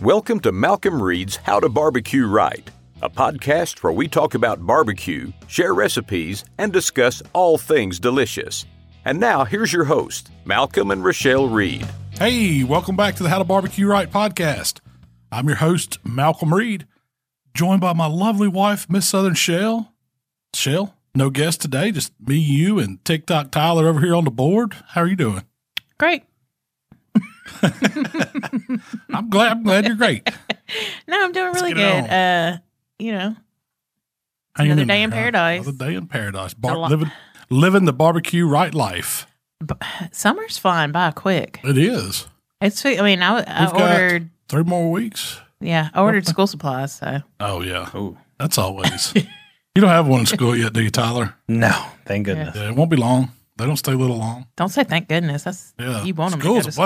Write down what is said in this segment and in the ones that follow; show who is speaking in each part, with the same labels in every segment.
Speaker 1: Welcome to Malcolm Reed's How to Barbecue Right, a podcast where we talk about barbecue, share recipes, and discuss all things delicious. And now here's your host, Malcolm and Rochelle Reed.
Speaker 2: Hey, welcome back to the How to Barbecue Right podcast. I'm your host, Malcolm Reed, joined by my lovely wife, Miss Southern Shell. Shell, no guest today, just me, you, and TikTok Tyler over here on the board. How are you doing?
Speaker 3: Great.
Speaker 2: I'm glad. I'm glad you're great.
Speaker 3: No, I'm doing really
Speaker 2: get it
Speaker 3: good. Uh, you know,
Speaker 2: Hanging
Speaker 3: Another day in
Speaker 2: there, huh?
Speaker 3: paradise.
Speaker 2: Another day in paradise.
Speaker 3: a
Speaker 2: Bar-
Speaker 3: lot.
Speaker 2: living, living the barbecue right life.
Speaker 3: summer's flying by quick.
Speaker 2: It is.
Speaker 3: It's. I mean, I, I
Speaker 2: We've got-
Speaker 3: ordered.
Speaker 2: Three more weeks.
Speaker 3: Yeah, I ordered school supplies. So
Speaker 2: Oh yeah,
Speaker 4: Oh
Speaker 2: that's always. you don't have one in school yet, do you, Tyler?
Speaker 4: no! Thank goodness.
Speaker 2: Yeah, it won't be long. They don't stay little long.
Speaker 3: don't say thank goodness. That's
Speaker 2: Yeah,
Speaker 3: you want them
Speaker 2: School's
Speaker 3: to
Speaker 2: a
Speaker 3: go to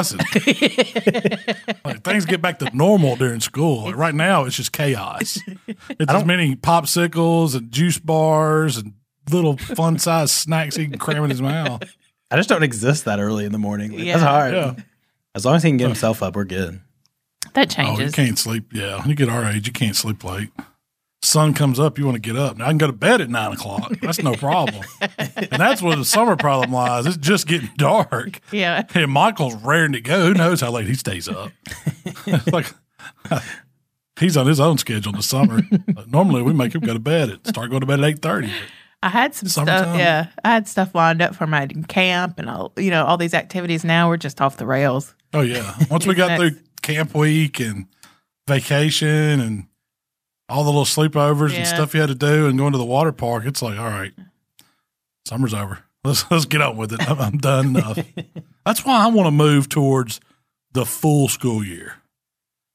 Speaker 2: blessing. Like, things get back to normal during school. Like, right now, it's just chaos. It's as many popsicles and juice bars and little fun sized snacks he can cram in his mouth.
Speaker 4: I just don't exist that early in the morning. Like, That's
Speaker 3: Yeah.
Speaker 4: hard.
Speaker 2: Yeah.
Speaker 4: As long as he can get himself up, we're good.
Speaker 3: that
Speaker 2: Oh, you
Speaker 3: changes.
Speaker 2: can't sleep. Yeah, when you get our age, you can't sleep late. Sun comes up, you want to get up. Now I can go to bed at nine o'clock. That's no problem. and that's where the summer problem lies. It's just getting dark.
Speaker 3: yeah,
Speaker 2: And Michael's raring to go. Who knows how late he stays up? It's like he's on his own schedule in the summer. Like, normally we make him go to bed at start going to bed at eight thirty.
Speaker 3: I had some
Speaker 2: Summertime.
Speaker 3: stuff. Yeah, I had stuff lined up for my camp and all. You know, all these activities. Now we're just off the rails.
Speaker 2: Oh yeah. Once we got through camp week and vacation and all the little sleepovers and
Speaker 3: Yeah.
Speaker 2: stuff you had to do and going to the water park, it's like, all right, summer's over. Let's let's get on with it. I'm, I'm done enough. That's why I want to move towards the full school year,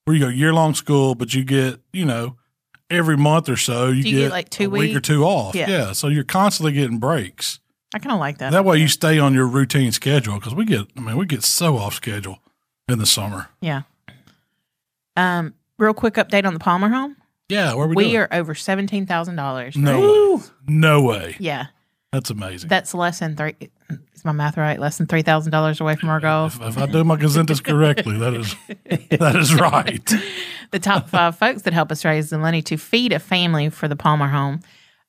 Speaker 2: where you go year long school, but you get you know every month or so you,
Speaker 3: Do you get, like, two
Speaker 2: a week or
Speaker 3: weeks?
Speaker 2: two off.
Speaker 3: Yeah.
Speaker 2: yeah, so you're constantly getting breaks.
Speaker 3: I kind of like that.
Speaker 2: That way you stay on your routine schedule because we get, I mean, we get so off schedule in the summer.
Speaker 3: Yeah. Um. Real quick update on the Palmer home.
Speaker 2: Yeah, where we,
Speaker 3: We
Speaker 2: doing?
Speaker 3: are over seventeen thousand dollars.
Speaker 2: no way, no way.
Speaker 3: Yeah.
Speaker 2: That's amazing.
Speaker 3: That's less than three. Is my math right? Less than three thousand dollars away from our goal.
Speaker 2: if, if I do my gazintas correctly, that is that is right.
Speaker 3: The top five folks that help us raise the money to feed a family for the Palmer Home.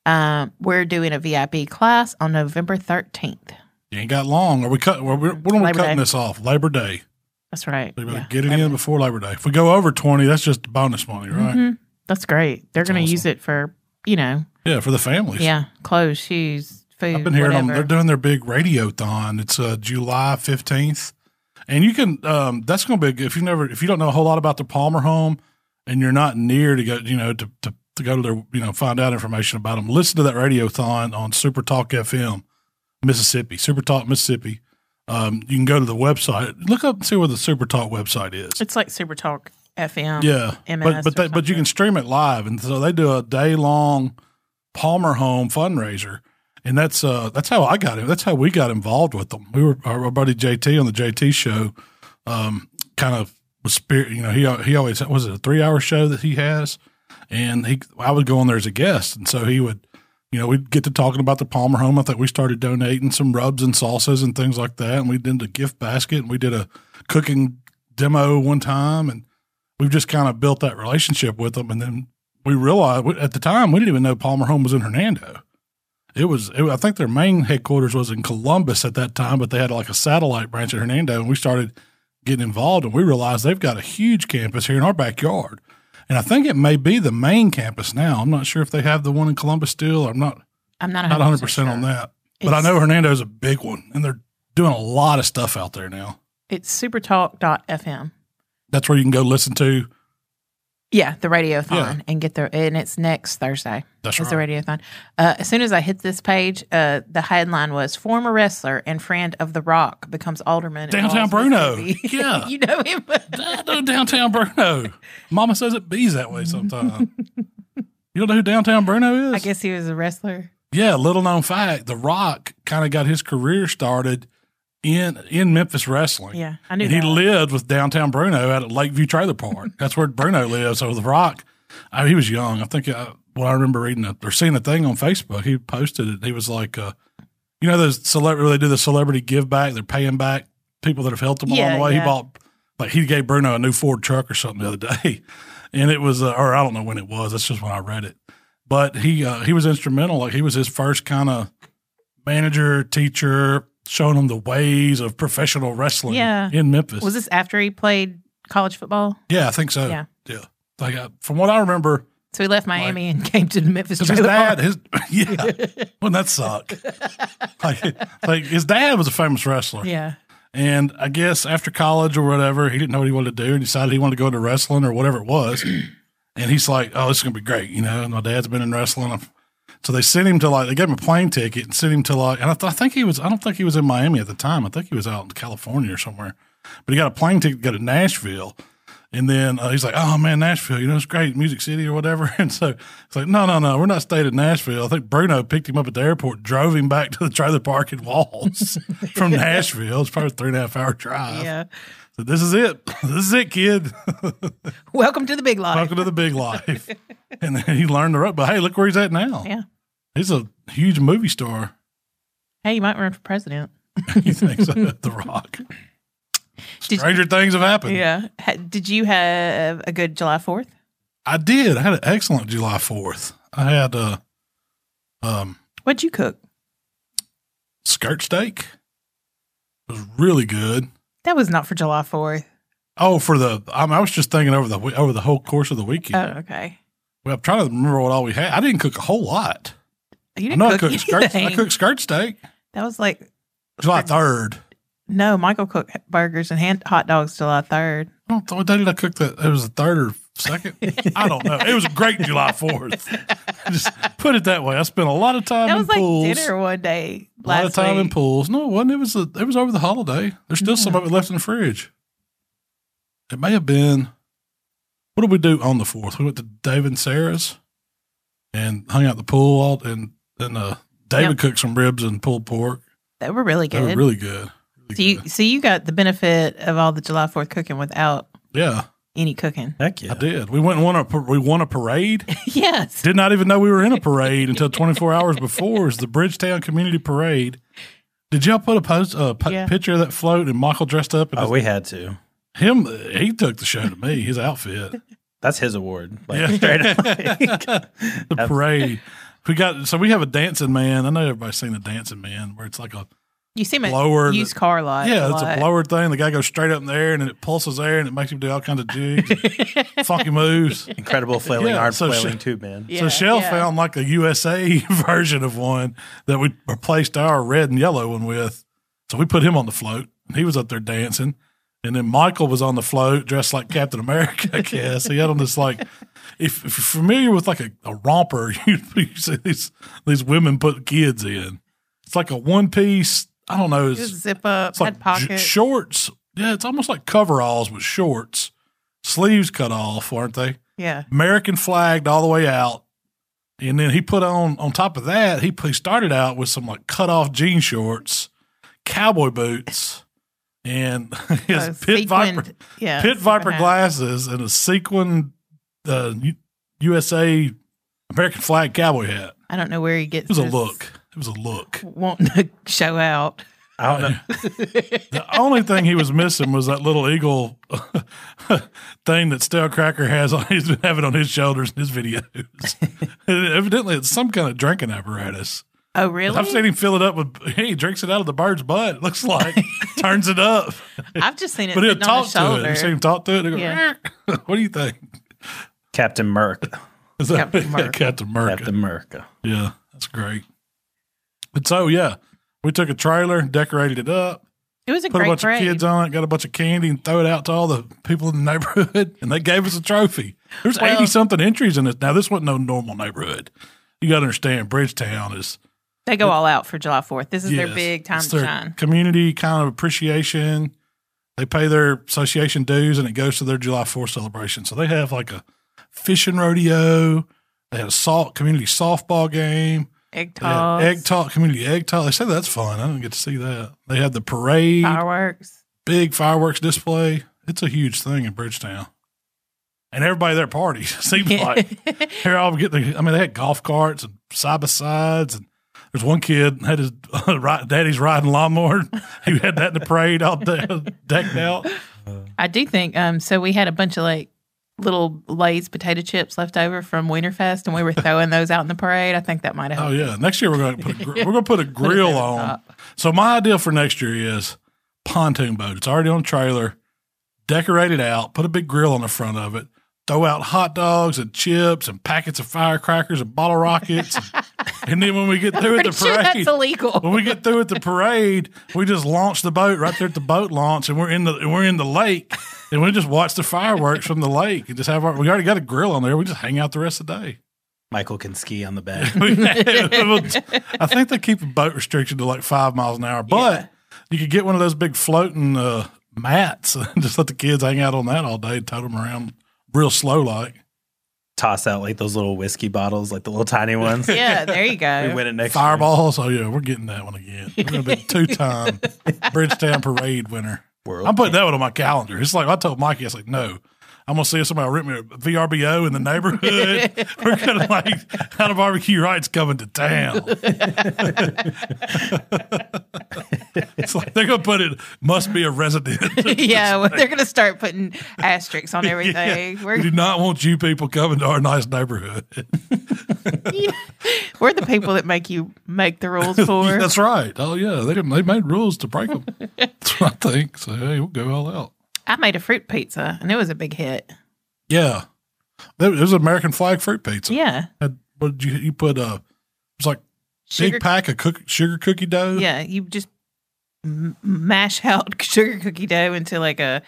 Speaker 3: Um, we're doing a VIP class on November thirteenth.
Speaker 2: You ain't got long. Are we cut? Are we, when are we
Speaker 3: Labor
Speaker 2: cutting
Speaker 3: Day.
Speaker 2: this off? Labor Day.
Speaker 3: That's right.
Speaker 2: We better
Speaker 3: Yeah.
Speaker 2: get it in before Labor Day. If we go over twenty, that's just bonus money, right?
Speaker 3: Mhm. That's great. They're going to
Speaker 2: awesome.
Speaker 3: use it for you know,
Speaker 2: Yeah, for the families.
Speaker 3: yeah, clothes, shoes, food.
Speaker 2: I've been hearing
Speaker 3: whatever.
Speaker 2: them. They're doing their big radio thon. It's uh, July fifteenth, and you can. Um, that's going to be a good, if you never if you don't know a whole lot about the Palmer home, and you're not near to go, you know, to, to, to go to their, you know, find out information about them. Listen to that radio thon on Super Talk FM, Mississippi, Super Talk Mississippi. Um, you can go to the website, look up and see where the Super Talk website is.
Speaker 3: It's like Super Talk FM.
Speaker 2: Yeah, but
Speaker 3: MS
Speaker 2: but they,
Speaker 3: or
Speaker 2: but you
Speaker 3: something.
Speaker 2: can stream it live, and so they do a day long Palmer Home fundraiser, and that's uh that's how I got it. That's how we got involved with them. We were our, our buddy JT on the JT show, um, kind of was spirit. You know, he he always was it a three hour show that he has, and he I would go on there as a guest, and so he would. You know, we'd get to talking about the Palmer home. I think we started donating some rubs and salsas and things like that. And we did a gift basket and we did a cooking demo one time. And we've just kind of built that relationship with them. And then we realized we- at the time we didn't even know Palmer Home was in Hernando. It was, it, I think their main headquarters was in Columbus at that time, but they had like a satellite branch in Hernando. And we started getting involved and we realized they've got a huge campus here in our backyard. And I think it may be the main campus now. I'm not sure if they have the one in Columbus still. I'm not,
Speaker 3: I'm not
Speaker 2: not 100% on
Speaker 3: sure.
Speaker 2: that. But I
Speaker 3: It's-
Speaker 2: know Hernando's a big one and they're doing a lot of stuff out there now.
Speaker 3: It's supertalk.fm.
Speaker 2: That's where you can go listen to.
Speaker 3: Yeah, the radiothon
Speaker 2: Yeah.
Speaker 3: and get the and it's next Thursday.
Speaker 2: That's
Speaker 3: It's
Speaker 2: right.
Speaker 3: a radiothon. Uh, as soon as I hit this page, uh, the headline was former wrestler and friend of The Rock becomes alderman. in
Speaker 2: Downtown
Speaker 3: Rawls,
Speaker 2: Bruno.
Speaker 3: Mississippi."
Speaker 2: Yeah.
Speaker 3: you know him.
Speaker 2: I know downtown Bruno. Mama says it bees that way sometimes. you don't know who downtown Bruno is?
Speaker 3: I guess he was a wrestler.
Speaker 2: Yeah, little known fact. The Rock kind of got his career started in in Memphis wrestling.
Speaker 3: Yeah, I knew
Speaker 2: And he
Speaker 3: that.
Speaker 2: lived with downtown Bruno out at Lakeview Trailer Park. That's where Bruno lives. So The Rock, I, he was young. I think uh when I remember reading a, or seeing a thing on Facebook, he posted it. He was like, uh, you know, those celebrity, they do the celebrity give back, they're paying back people that have helped them along
Speaker 3: Yeah,
Speaker 2: the way. He
Speaker 3: yeah.
Speaker 2: bought like he gave Bruno a new Ford truck or something the other day, and it was, uh, or I don't know when it was. That's just when I read it. But he uh, he was instrumental. Like he was his first kind of manager, teacher, showing him the ways of professional wrestling
Speaker 3: Yeah.
Speaker 2: in Memphis.
Speaker 3: Was this after he played college football?
Speaker 2: yeah, I think so.
Speaker 3: Yeah.
Speaker 2: yeah. Like I, from what I remember,
Speaker 3: So he left Miami and came to Memphis.
Speaker 2: because his
Speaker 3: trailer park.
Speaker 2: dad, his yeah, wouldn't that suck? like, like his dad was a famous wrestler.
Speaker 3: Yeah.
Speaker 2: And I guess after college or whatever, he didn't know what he wanted to do and decided he wanted to go into wrestling or whatever it was. and he's like, oh, this is going to be great. You know, my dad's been in wrestling. I'm- So they sent him to like, they gave him a plane ticket and sent him to like, and I, th- I think he was, I don't think he was in Miami at the time. I think he was out in California or somewhere. But he got a plane ticket to go to Nashville. And then uh, he's like, oh man, Nashville, you know, it's great, Music City or whatever. And so it's like, no, no, no, we're not staying in Nashville. I think Bruno picked him up at the airport, drove him back to the trailer park in Walls from Nashville. It's probably a three and a half hour drive.
Speaker 3: Yeah.
Speaker 2: So this is it. This is it, kid.
Speaker 3: Welcome to the big life.
Speaker 2: Welcome to the big life. and then he learned the rope. But hey, look where he's at now.
Speaker 3: Yeah.
Speaker 2: He's a huge movie star.
Speaker 3: Hey, you might run for president.
Speaker 2: He thinks The Rock.
Speaker 3: Did-
Speaker 2: Stranger things have happened.
Speaker 3: Yeah. Ha- Did you have a good July 4th?
Speaker 2: I did. I had an excellent July 4th. I had uh, um,
Speaker 3: What'd you cook?
Speaker 2: skirt steak. It was really good.
Speaker 3: That was not for July 4th.
Speaker 2: Oh, for the I, mean, I was just thinking over the we- over the whole course of the weekend.
Speaker 3: Oh, okay.
Speaker 2: well, I'm trying to remember what all we had. I didn't cook a whole lot.
Speaker 3: You
Speaker 2: I
Speaker 3: didn't
Speaker 2: know I
Speaker 3: cook
Speaker 2: cooked skirt. I
Speaker 3: anything.
Speaker 2: cooked skirt steak
Speaker 3: That was like,
Speaker 2: July third.
Speaker 3: no, Michael cooked burgers and hand- hot dogs July 3rd.
Speaker 2: Oh, I don't know what day did I cook that? It was the third or second. I don't know. It was a great July Fourth. Just put it that way. I spent a lot of time
Speaker 3: That
Speaker 2: in
Speaker 3: was like
Speaker 2: pools.
Speaker 3: dinner one day
Speaker 2: a lot of
Speaker 3: last
Speaker 2: time in
Speaker 3: week.
Speaker 2: pools. No, it wasn't. It was a, it was over the holiday. There's still some of it left in the fridge. It may have been. What did we do on the fourth? We went to Dave and Sarah's, and hung out at the pool. All and then uh, David
Speaker 3: Yep.
Speaker 2: cooked some ribs and pulled pork.
Speaker 3: They were really
Speaker 2: They were
Speaker 3: good.
Speaker 2: really good. Really
Speaker 3: so you,
Speaker 2: good.
Speaker 3: so you got the benefit of all the July Fourth cooking without
Speaker 2: Yeah,
Speaker 3: any cooking.
Speaker 4: Heck yeah.
Speaker 2: I did. We went and won a par- we won a parade.
Speaker 3: yes,
Speaker 2: Did not even know we were in a parade until 24 hours before. It was the Bridgetown Community Parade. Did y'all put a post a pi-
Speaker 3: Yeah.
Speaker 2: picture of that float and Michael dressed up? And
Speaker 4: Oh, we had to.
Speaker 2: him, he took the show to me. His outfit,
Speaker 4: That's his award. Like,
Speaker 2: Yeah.
Speaker 4: straight up. like-
Speaker 2: the parade. We got so we have a dancing man. I know everybody's seen the dancing man, where it's like a
Speaker 3: you seem
Speaker 2: Blower
Speaker 3: a
Speaker 2: that-
Speaker 3: used car lot.
Speaker 2: yeah, it's
Speaker 3: lot.
Speaker 2: a blower thing. The guy goes straight up in the air and it pulses air and it makes him do all kinds of jigs, and funky moves.
Speaker 4: Incredible flailing
Speaker 2: Yeah,
Speaker 4: arm,
Speaker 2: so she-
Speaker 4: flailing tube, man.
Speaker 3: Yeah,
Speaker 2: so Shell
Speaker 3: yeah.
Speaker 2: found like a USA version of one that we replaced our red and yellow one with. So we put him on the float. and He was up there dancing. And then Michael was on the float dressed like Captain America, I guess. he had on this like if, if you're familiar with like a, a romper, you, you see these these women put kids in. It's like a one piece, I don't know,
Speaker 3: It was
Speaker 2: it's,
Speaker 3: zip up,
Speaker 2: it's like
Speaker 3: had
Speaker 2: j-
Speaker 3: pockets.
Speaker 2: shorts. Yeah, it's almost like coveralls with shorts. Sleeves cut off, aren't they?
Speaker 3: yeah,
Speaker 2: American flagged all the way out. And then he put on on top of that, he he started out with some like cut off jean shorts, cowboy boots, and his
Speaker 3: Uh,
Speaker 2: pit viper
Speaker 3: sequined- yeah,
Speaker 2: pit
Speaker 3: sequin
Speaker 2: viper
Speaker 3: hat.
Speaker 2: glasses and a sequin uh, U- USA American flag cowboy hat.
Speaker 3: I don't know where he gets.
Speaker 2: It was a
Speaker 3: this
Speaker 2: look. It was a look.
Speaker 3: Wanting to show out.
Speaker 4: I don't know.
Speaker 2: The only thing he was missing was that little eagle thing that Stale Cracker has on. He's been having on his shoulders in his videos. Evidently, it's some kind of drinking apparatus.
Speaker 3: Oh, really?
Speaker 2: I've seen him fill it up with. He drinks it out of the bird's butt. It looks like turns it up,
Speaker 3: I've just seen it.
Speaker 2: but he'll
Speaker 3: sitting on
Speaker 2: talk
Speaker 3: his
Speaker 2: to it.
Speaker 3: shoulder.
Speaker 2: You see him talk to it. They go,
Speaker 3: Yeah.
Speaker 2: "Eh." what do you think?
Speaker 4: Captain Merc.
Speaker 2: Is that-
Speaker 3: Captain Merc.
Speaker 2: Captain Merc.
Speaker 4: Captain Merc.
Speaker 2: Yeah, that's great. But so yeah, we took a trailer, decorated it up.
Speaker 3: it was a
Speaker 2: put a
Speaker 3: great
Speaker 2: bunch
Speaker 3: parade.
Speaker 2: of kids on it, got a bunch of candy, and throw it out to all the people in the neighborhood, and they gave us a trophy. There's
Speaker 3: Well-
Speaker 2: eighty something entries in this. Now this wasn't no normal neighborhood. You got to understand, Bridgetown is
Speaker 3: They go all out for July Fourth. This is
Speaker 2: yes,
Speaker 3: their big time
Speaker 2: it's
Speaker 3: to
Speaker 2: their
Speaker 3: shine.
Speaker 2: Community kind of appreciation. They pay their association dues, and it goes to their July Fourth celebration. So they have like a fishing rodeo. They had a salt community softball game.
Speaker 3: Egg
Speaker 2: They had
Speaker 3: toss,
Speaker 2: egg talk community egg talk. They said that's fun. I didn't get to see that. They had the parade
Speaker 3: fireworks.
Speaker 2: big fireworks display. It's a huge thing in Bridgetown. And everybody there parties. Seems like they're all getting. I mean, they had golf carts and side by sides, and there's one kid had his ri daddy's riding lawnmower. he had that in the parade all de- decked out.
Speaker 3: I do think um so we had a bunch of like little Lay's potato chips left over from Winterfest and we were throwing those out in the parade. I think that might have
Speaker 2: Oh
Speaker 3: helped.
Speaker 2: yeah, next year we're going to put a, gr- we're going to put a
Speaker 3: put it
Speaker 2: grill
Speaker 3: over the
Speaker 2: on.
Speaker 3: top.
Speaker 2: So my idea for next year is pontoon boat. It's already on a trailer, decorate it out, put a big grill on the front of it, throw out hot dogs and chips and packets of firecrackers and bottle rockets, and then when we get through at
Speaker 3: Pretty
Speaker 2: the
Speaker 3: sure that's
Speaker 2: parade.
Speaker 3: illegal.
Speaker 2: when we get through at the parade, we just launch the boat right there at the boat launch, and we're in the and we're in the lake, and we just watch the fireworks from the lake, and just have our. We already got a grill on there. We just hang out the rest of the day.
Speaker 4: Michael can ski on the back.
Speaker 2: I think they keep a boat restriction to like five miles an hour, but you could get one of those big floating uh, mats and just let the kids hang out on that all day, tote them around real slow like.
Speaker 4: Toss out like those little whiskey bottles, like the little tiny ones.
Speaker 3: Yeah, there you go.
Speaker 4: We win it next year.
Speaker 2: Fireballs. Oh, yeah, we're getting that one again. We're going to be two time Bridgetown Parade winner.
Speaker 4: World
Speaker 2: I'm putting that one on my calendar. It's like I told Mikey, I was like, no. I'm gonna see if somebody rent me a VRBO in the neighborhood. We're gonna like out of barbecue rights coming to town. it's like they're gonna put it must be a resident.
Speaker 3: yeah, well, they're going to start putting asterisks on everything.
Speaker 2: we
Speaker 3: We're,
Speaker 2: do not want you people coming to our nice neighborhood.
Speaker 3: we're the people that make you make the rules for.
Speaker 2: That's right. Oh yeah, they they made rules to break them. That's what I think. So hey, we'll go all out.
Speaker 3: I made a fruit pizza and it was a big hit.
Speaker 2: Yeah, there there was American flag fruit pizza.
Speaker 3: Yeah.
Speaker 2: Had- What did you you put? Uh, it was like
Speaker 3: Sugar,
Speaker 2: big pack of cook, sugar cookie dough.
Speaker 3: yeah, you just m- mash out sugar cookie dough into like a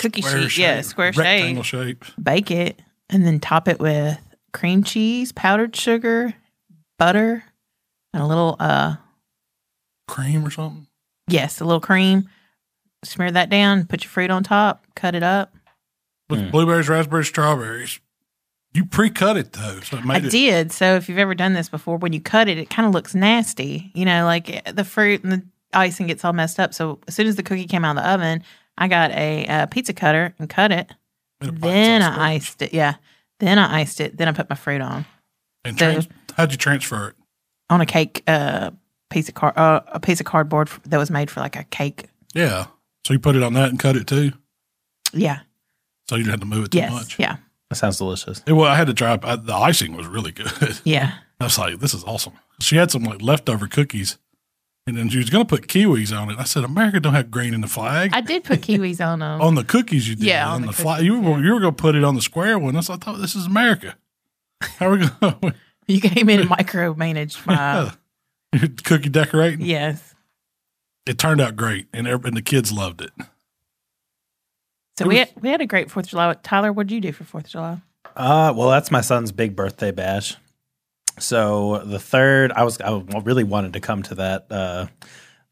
Speaker 3: cookie sheet. yeah, square
Speaker 2: rectangle
Speaker 3: shape.
Speaker 2: shape.
Speaker 3: Bake it and then top it with cream cheese, powdered sugar, butter, and a little uh
Speaker 2: cream or something.
Speaker 3: yes, a little cream. Smear that down, put your fruit on top, cut it up.
Speaker 2: With
Speaker 4: Mm.
Speaker 2: blueberries, raspberries, strawberries. You pre-cut it though, so it made
Speaker 3: I
Speaker 2: it.
Speaker 3: did. So if you've ever done this before, when you cut it, it kind of looks nasty. You know, like eh, the fruit and the icing gets all messed up. So as soon as the cookie came out of the oven, I got a, uh pizza cutter and cut it.
Speaker 2: made it
Speaker 3: Then
Speaker 2: bite-sized
Speaker 3: I
Speaker 2: squares.
Speaker 3: iced it. Yeah. Then I iced it. Then I put my fruit on
Speaker 2: And
Speaker 3: the-
Speaker 2: trans- how'd you transfer it?
Speaker 3: on a cake uh, piece of car uh, a piece of cardboard f- that was made for like a cake.
Speaker 2: Yeah, so you put it on that and cut it too,
Speaker 3: Yeah.
Speaker 2: so you didn't have to move it too
Speaker 3: Yes.
Speaker 2: much.
Speaker 3: Yeah.
Speaker 4: That sounds delicious.
Speaker 2: It- well, I had to try. I, the icing was really good.
Speaker 3: Yeah.
Speaker 2: I was like, this is awesome. She had some like leftover cookies, and then she was going to put kiwis on it. I said, America don't have green in the flag.
Speaker 3: I did put kiwis on them.
Speaker 2: on the cookies you did.
Speaker 3: Yeah,
Speaker 2: on,
Speaker 3: on
Speaker 2: the,
Speaker 3: the
Speaker 2: fly.
Speaker 3: cookies,
Speaker 2: You were, you were going to put it on the square one. I thought, I thought this is America. How are we going?
Speaker 3: You came in and micromanaged my.
Speaker 2: Cookie decorating.
Speaker 3: yes.
Speaker 2: It turned out great, and every, and the kids loved it.
Speaker 3: So we had, we had a great Fourth of July. Tyler, what did you do for Fourth of July?
Speaker 4: Uh, well, that's my son's big birthday bash. So the third, I was I really wanted to come to that. Uh,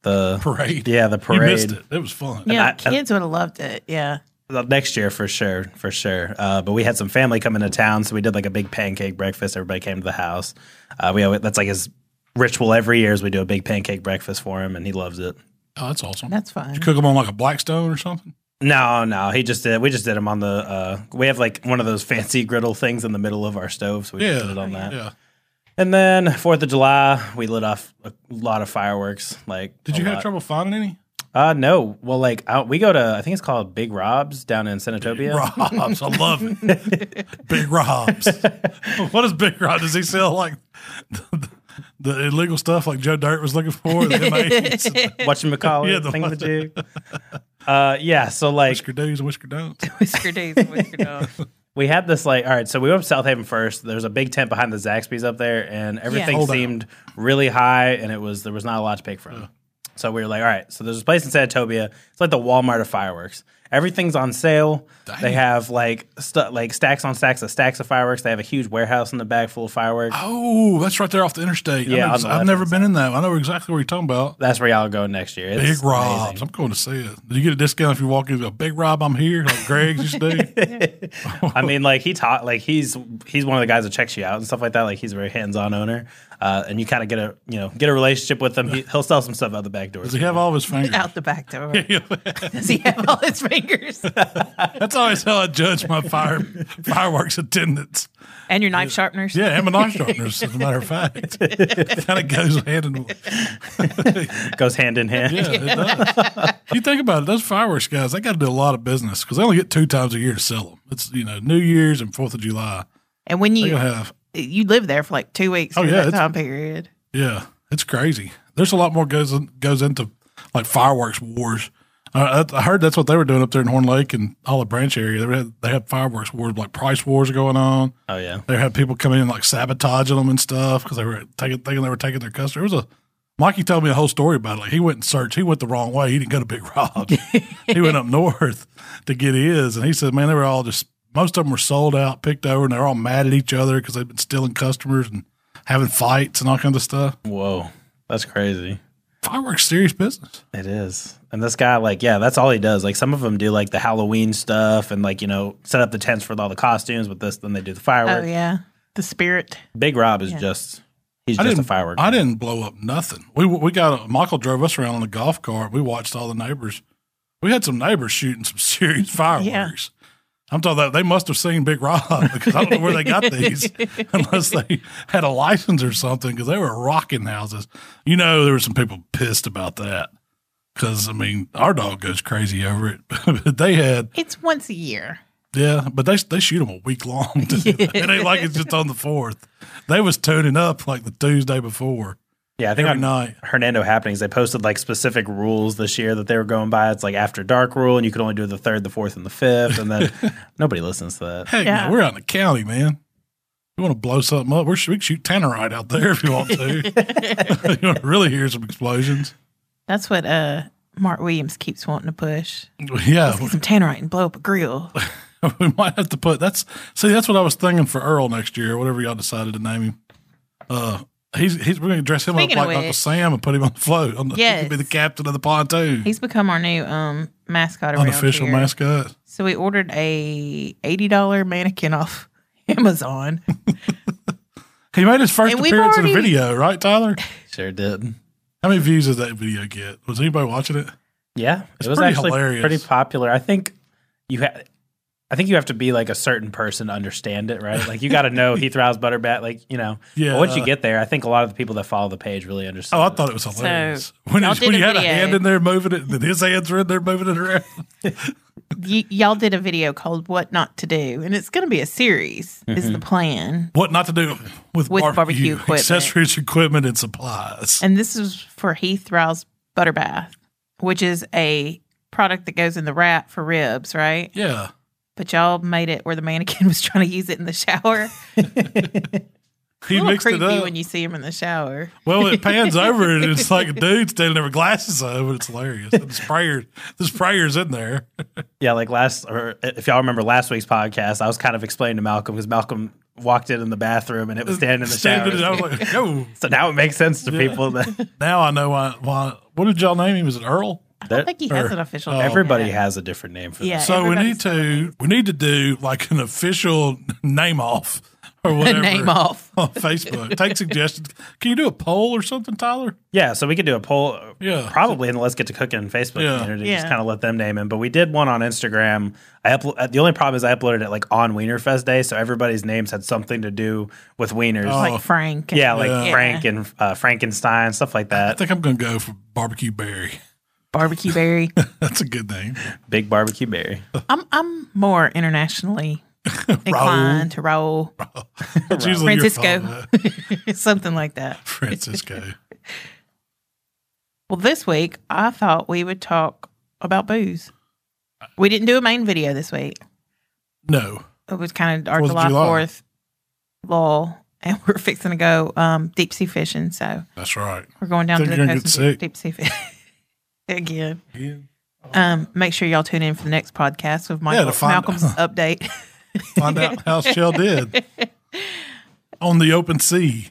Speaker 4: the
Speaker 2: Parade.
Speaker 4: yeah, the
Speaker 2: You missed
Speaker 4: parade
Speaker 2: it. It was fun.
Speaker 3: Yeah,
Speaker 4: I-
Speaker 3: kids would have loved it. Yeah.
Speaker 4: Well, next year for sure, for sure. Uh, but we had some family come into town, so we did like a big pancake breakfast. Everybody came to the house. Uh, we always, that's like his ritual every year is we do a big pancake breakfast for him, and he loves it.
Speaker 2: Oh, that's awesome.
Speaker 3: That's fun.
Speaker 2: you cook them on like a Blackstone or something.
Speaker 4: No, no, he just did. We just did him on the. Uh, we have like one of those fancy griddle things in the middle of our stove, so we just
Speaker 2: Yeah.
Speaker 4: did it on that.
Speaker 2: Oh, Yeah.
Speaker 4: And then Fourth of July, we lit off a lot of fireworks. Like,
Speaker 2: Did
Speaker 4: a
Speaker 2: you have
Speaker 4: lot.
Speaker 2: trouble finding any?
Speaker 4: Uh, no. Well, like out, we go to I think it's called Big Rob's down in Senatobia.
Speaker 2: Robs, I love it. Big Robs. what is Big Rob? Does he sell like the, the, the illegal stuff like Joe Dirt was looking for? The MAs,
Speaker 4: Watching Macaulay,
Speaker 2: Yeah, the
Speaker 4: yeah, the
Speaker 2: one-
Speaker 4: thingamajig. uh, yeah. So like
Speaker 2: Whisker do's and whisker don'ts.
Speaker 3: Whisker days and whisker dogs.
Speaker 4: we had this like all right. So we went up to South Haven first. There's a big tent behind the Zaxby's up there, and everything
Speaker 2: Sold out.
Speaker 4: seemed really high, and it was there was not a lot to pick from. So we were like, all right. So there's this place in Sanatobia. It's like the Walmart of fireworks. Everything's on sale. They have like stu- like stacks on stacks of stacks of fireworks. They have a huge warehouse in the back full of fireworks.
Speaker 2: Oh, that's right there off the interstate.
Speaker 4: Yeah,
Speaker 2: I know
Speaker 4: on
Speaker 2: ex-
Speaker 4: the
Speaker 2: I've
Speaker 4: left
Speaker 2: never been in that. I know exactly what you're talking about.
Speaker 4: That's where y'all go next year. It's
Speaker 2: Big
Speaker 4: amazing.
Speaker 2: Rob's. I'm going to see it. Do you get a discount if you walk in? A Big Rob, I'm here. Like Greg's used to do.
Speaker 4: I mean, like he taught, like he's he's one of the guys that checks you out and stuff like that. Like he's a very hands-on owner, uh, and you kind of get a you know get a relationship with him. He, he'll sell some stuff out the back door.
Speaker 2: Does he have all of his fingers?
Speaker 3: Out the back door.
Speaker 2: Does
Speaker 3: Does he have all his fingers
Speaker 2: That's always how I judge my fire fireworks attendants.
Speaker 3: and your knife sharpeners.
Speaker 2: Yeah, and my knife sharpeners, as a matter of fact. kind of goes hand in hand.
Speaker 4: Goes hand in hand.
Speaker 2: Yeah, it does. you think about it, those fireworks guys, they got to do a lot of business because they only get two times a year to sell them. It's, you know, New Year's and 4th of July.
Speaker 3: And when
Speaker 2: They
Speaker 3: you
Speaker 2: gonna have,
Speaker 3: you live there for like two weeks
Speaker 2: Oh,
Speaker 3: during
Speaker 2: yeah,
Speaker 3: that
Speaker 2: it's-
Speaker 3: time period.
Speaker 2: yeah, it's crazy. There's a lot more goes in, goes into like fireworks wars. Uh, I I heard that's what they were doing up there in Horn Lake and Olive Branch area. They had, they had fireworks wars, like price wars going on.
Speaker 4: Oh yeah.
Speaker 2: They had people coming in like sabotaging them and stuff because they were taking, thinking they were taking their customers. It was a Mikey told me a whole story about it. Like he went and searched. He went the wrong way. He didn't go to Big Rock. he went up north to get his, and he said, "Man, they were all just most of them were sold out, picked over, and they're all mad at each other because they've been stealing customers and having fights and all kinds of stuff."
Speaker 4: Whoa. That's crazy.
Speaker 2: Fireworks, serious business.
Speaker 4: It is. And this guy, like, yeah, that's all he does. Like, some of them do like the Halloween stuff and like, you know, set up the tents for all the costumes, but this, then they do the
Speaker 3: Oh
Speaker 4: fireworks.
Speaker 3: yeah, the spirit.
Speaker 4: Big Rob is just, he's just a
Speaker 2: didn't-
Speaker 4: firework.
Speaker 2: I didn't blow up nothing. We we got a, Michael drove us around on a golf cart. We watched all the neighbors. We had some neighbors shooting some serious fireworks. I'm talking that they must have seen Big Rob because I don't know where they got these unless they had a license or something because they were rocking houses. You know, there were some people pissed about that because I mean our dog goes crazy over it. but they had
Speaker 3: It's once a year.
Speaker 2: yeah, but they they shoot them a week long. to do that. It ain't like it's just on the fourth. They was tuning up like the Tuesday before.
Speaker 4: yeah, I think
Speaker 2: every
Speaker 4: on
Speaker 2: night.
Speaker 4: Hernando Happenings, they posted like specific rules this year that they were going by. It's like after dark rule, and you could only do the third, the fourth, and the fifth. And then nobody listens to that.
Speaker 2: Heck
Speaker 3: Yeah.
Speaker 2: no, we're out in the county, man. You want to blow something up? We're, we can shoot tannerite out there if you want to. you want to really hear some explosions?
Speaker 3: That's what uh Mark Williams keeps wanting to push.
Speaker 2: Yeah,
Speaker 3: Get some tannerite and blow up a grill.
Speaker 2: we might have to put that's. See, that's what I was thinking for Earl next year, whatever y'all decided to name him. Uh, he's he's we're gonna dress him
Speaker 3: Speaking of
Speaker 2: up like Uncle
Speaker 3: which-
Speaker 2: Sam and put him on the float. On the, he
Speaker 3: Yes.
Speaker 2: could be the captain of the pontoon,
Speaker 3: He's become our new um mascot around
Speaker 2: unofficial
Speaker 3: here.
Speaker 2: mascot.
Speaker 3: So we ordered a eighty dollar mannequin off Amazon.
Speaker 2: He made his first
Speaker 3: And we've
Speaker 2: appearance in a
Speaker 3: already-
Speaker 2: video, right, Tyler?
Speaker 4: Sure did.
Speaker 2: How many views does that video get? Was anybody watching it?
Speaker 4: Yeah,
Speaker 2: It's
Speaker 4: it was
Speaker 2: pretty
Speaker 4: actually
Speaker 2: hilarious.
Speaker 4: pretty popular. I think you had. I think you have to be like a certain person to understand it, right? Like you got to know Heath Rouse Butterbat, like you know.
Speaker 2: Yeah.
Speaker 4: But once you get there, I think a lot of the people that follow the page really
Speaker 2: Oh,
Speaker 4: understand.
Speaker 2: I thought it was hilarious. when
Speaker 3: y'all
Speaker 2: it,
Speaker 3: did
Speaker 2: when
Speaker 3: a
Speaker 2: you had a
Speaker 3: video.
Speaker 2: hand in there moving it, and his hands were in there moving it around.
Speaker 3: Y- y'all did a video called "What Not to Do," and it's going to be a series. Is
Speaker 2: Mm-hmm.
Speaker 3: the plan?
Speaker 2: What not to do with,
Speaker 3: With barbecue
Speaker 2: barbecue,
Speaker 3: equipment.
Speaker 2: accessories, equipment, and supplies.
Speaker 3: And this is for Heath Rouse Butter Bath, which is a product that goes in the wrap for ribs, right?
Speaker 2: yeah.
Speaker 3: But y'all made it where the mannequin was trying to use it in the shower.
Speaker 2: He
Speaker 3: a little
Speaker 2: mixed
Speaker 3: creepy
Speaker 2: it up.
Speaker 3: when you see him in the shower.
Speaker 2: well, it pans over and it's like a dude standing there with glasses on, but it's hilarious. And the sprayer, the sprayer's in there.
Speaker 4: Yeah, like last, or if y'all remember last week's podcast, I was kind of explaining to Malcolm because Malcolm walked in in the bathroom and it was standing in the
Speaker 2: Standing in it, I
Speaker 4: shower.
Speaker 2: was like, yo.
Speaker 4: So now it makes sense to people that
Speaker 2: Now I know why, why. What did y'all name him? Is it Earl?
Speaker 3: I think he has an official. name.
Speaker 4: everybody has a different name for
Speaker 3: Yeah.
Speaker 4: this.
Speaker 2: Oh. So we
Speaker 3: Uh, everybody's
Speaker 2: need to we need to do like an official name off or whatever
Speaker 3: name off.
Speaker 2: on Facebook. Take suggestions. Can you do a poll or something, Tyler?
Speaker 4: Yeah, so we could do a poll,
Speaker 2: Yeah.
Speaker 4: probably in the Let's Get to Cooking Facebook
Speaker 2: Yeah.
Speaker 4: community, just
Speaker 3: Yeah.
Speaker 4: kind of let them name him. But we did one on Instagram. I uplo- uh, the only problem is I uploaded it like on Wienerfest Day, so everybody's names had something to do with wieners.
Speaker 3: Like Frank.
Speaker 4: yeah, like
Speaker 2: Oh, Yeah.
Speaker 4: Frank and uh, Frankenstein, stuff like
Speaker 2: I
Speaker 4: that.
Speaker 2: think I'm going to go for Barbecue Berry.
Speaker 3: barbecue berry.
Speaker 2: That's a good name.
Speaker 4: Big barbecue berry.
Speaker 3: I'm I'm more internationally inclined to roll
Speaker 2: It's usually your
Speaker 3: Francisco.
Speaker 2: fault,
Speaker 3: something like that.
Speaker 2: uh, Francisco.
Speaker 3: Well, this week I thought we would talk about booze. We didn't do a main video this week.
Speaker 2: No.
Speaker 3: It was kind of our
Speaker 2: Fourth of
Speaker 3: July
Speaker 2: July.
Speaker 3: Fourth lull, and we're fixing to go um, deep sea fishing. So
Speaker 2: That's right.
Speaker 3: we're going down
Speaker 2: Think
Speaker 3: to
Speaker 2: you're
Speaker 3: the
Speaker 2: gonna get
Speaker 3: coast and
Speaker 2: sick.
Speaker 3: do deep sea fishing again. Um, make sure y'all tune in for the next podcast with Michael,
Speaker 2: to find-
Speaker 3: Malcolm's update.
Speaker 2: Find out how Shell did on the open sea.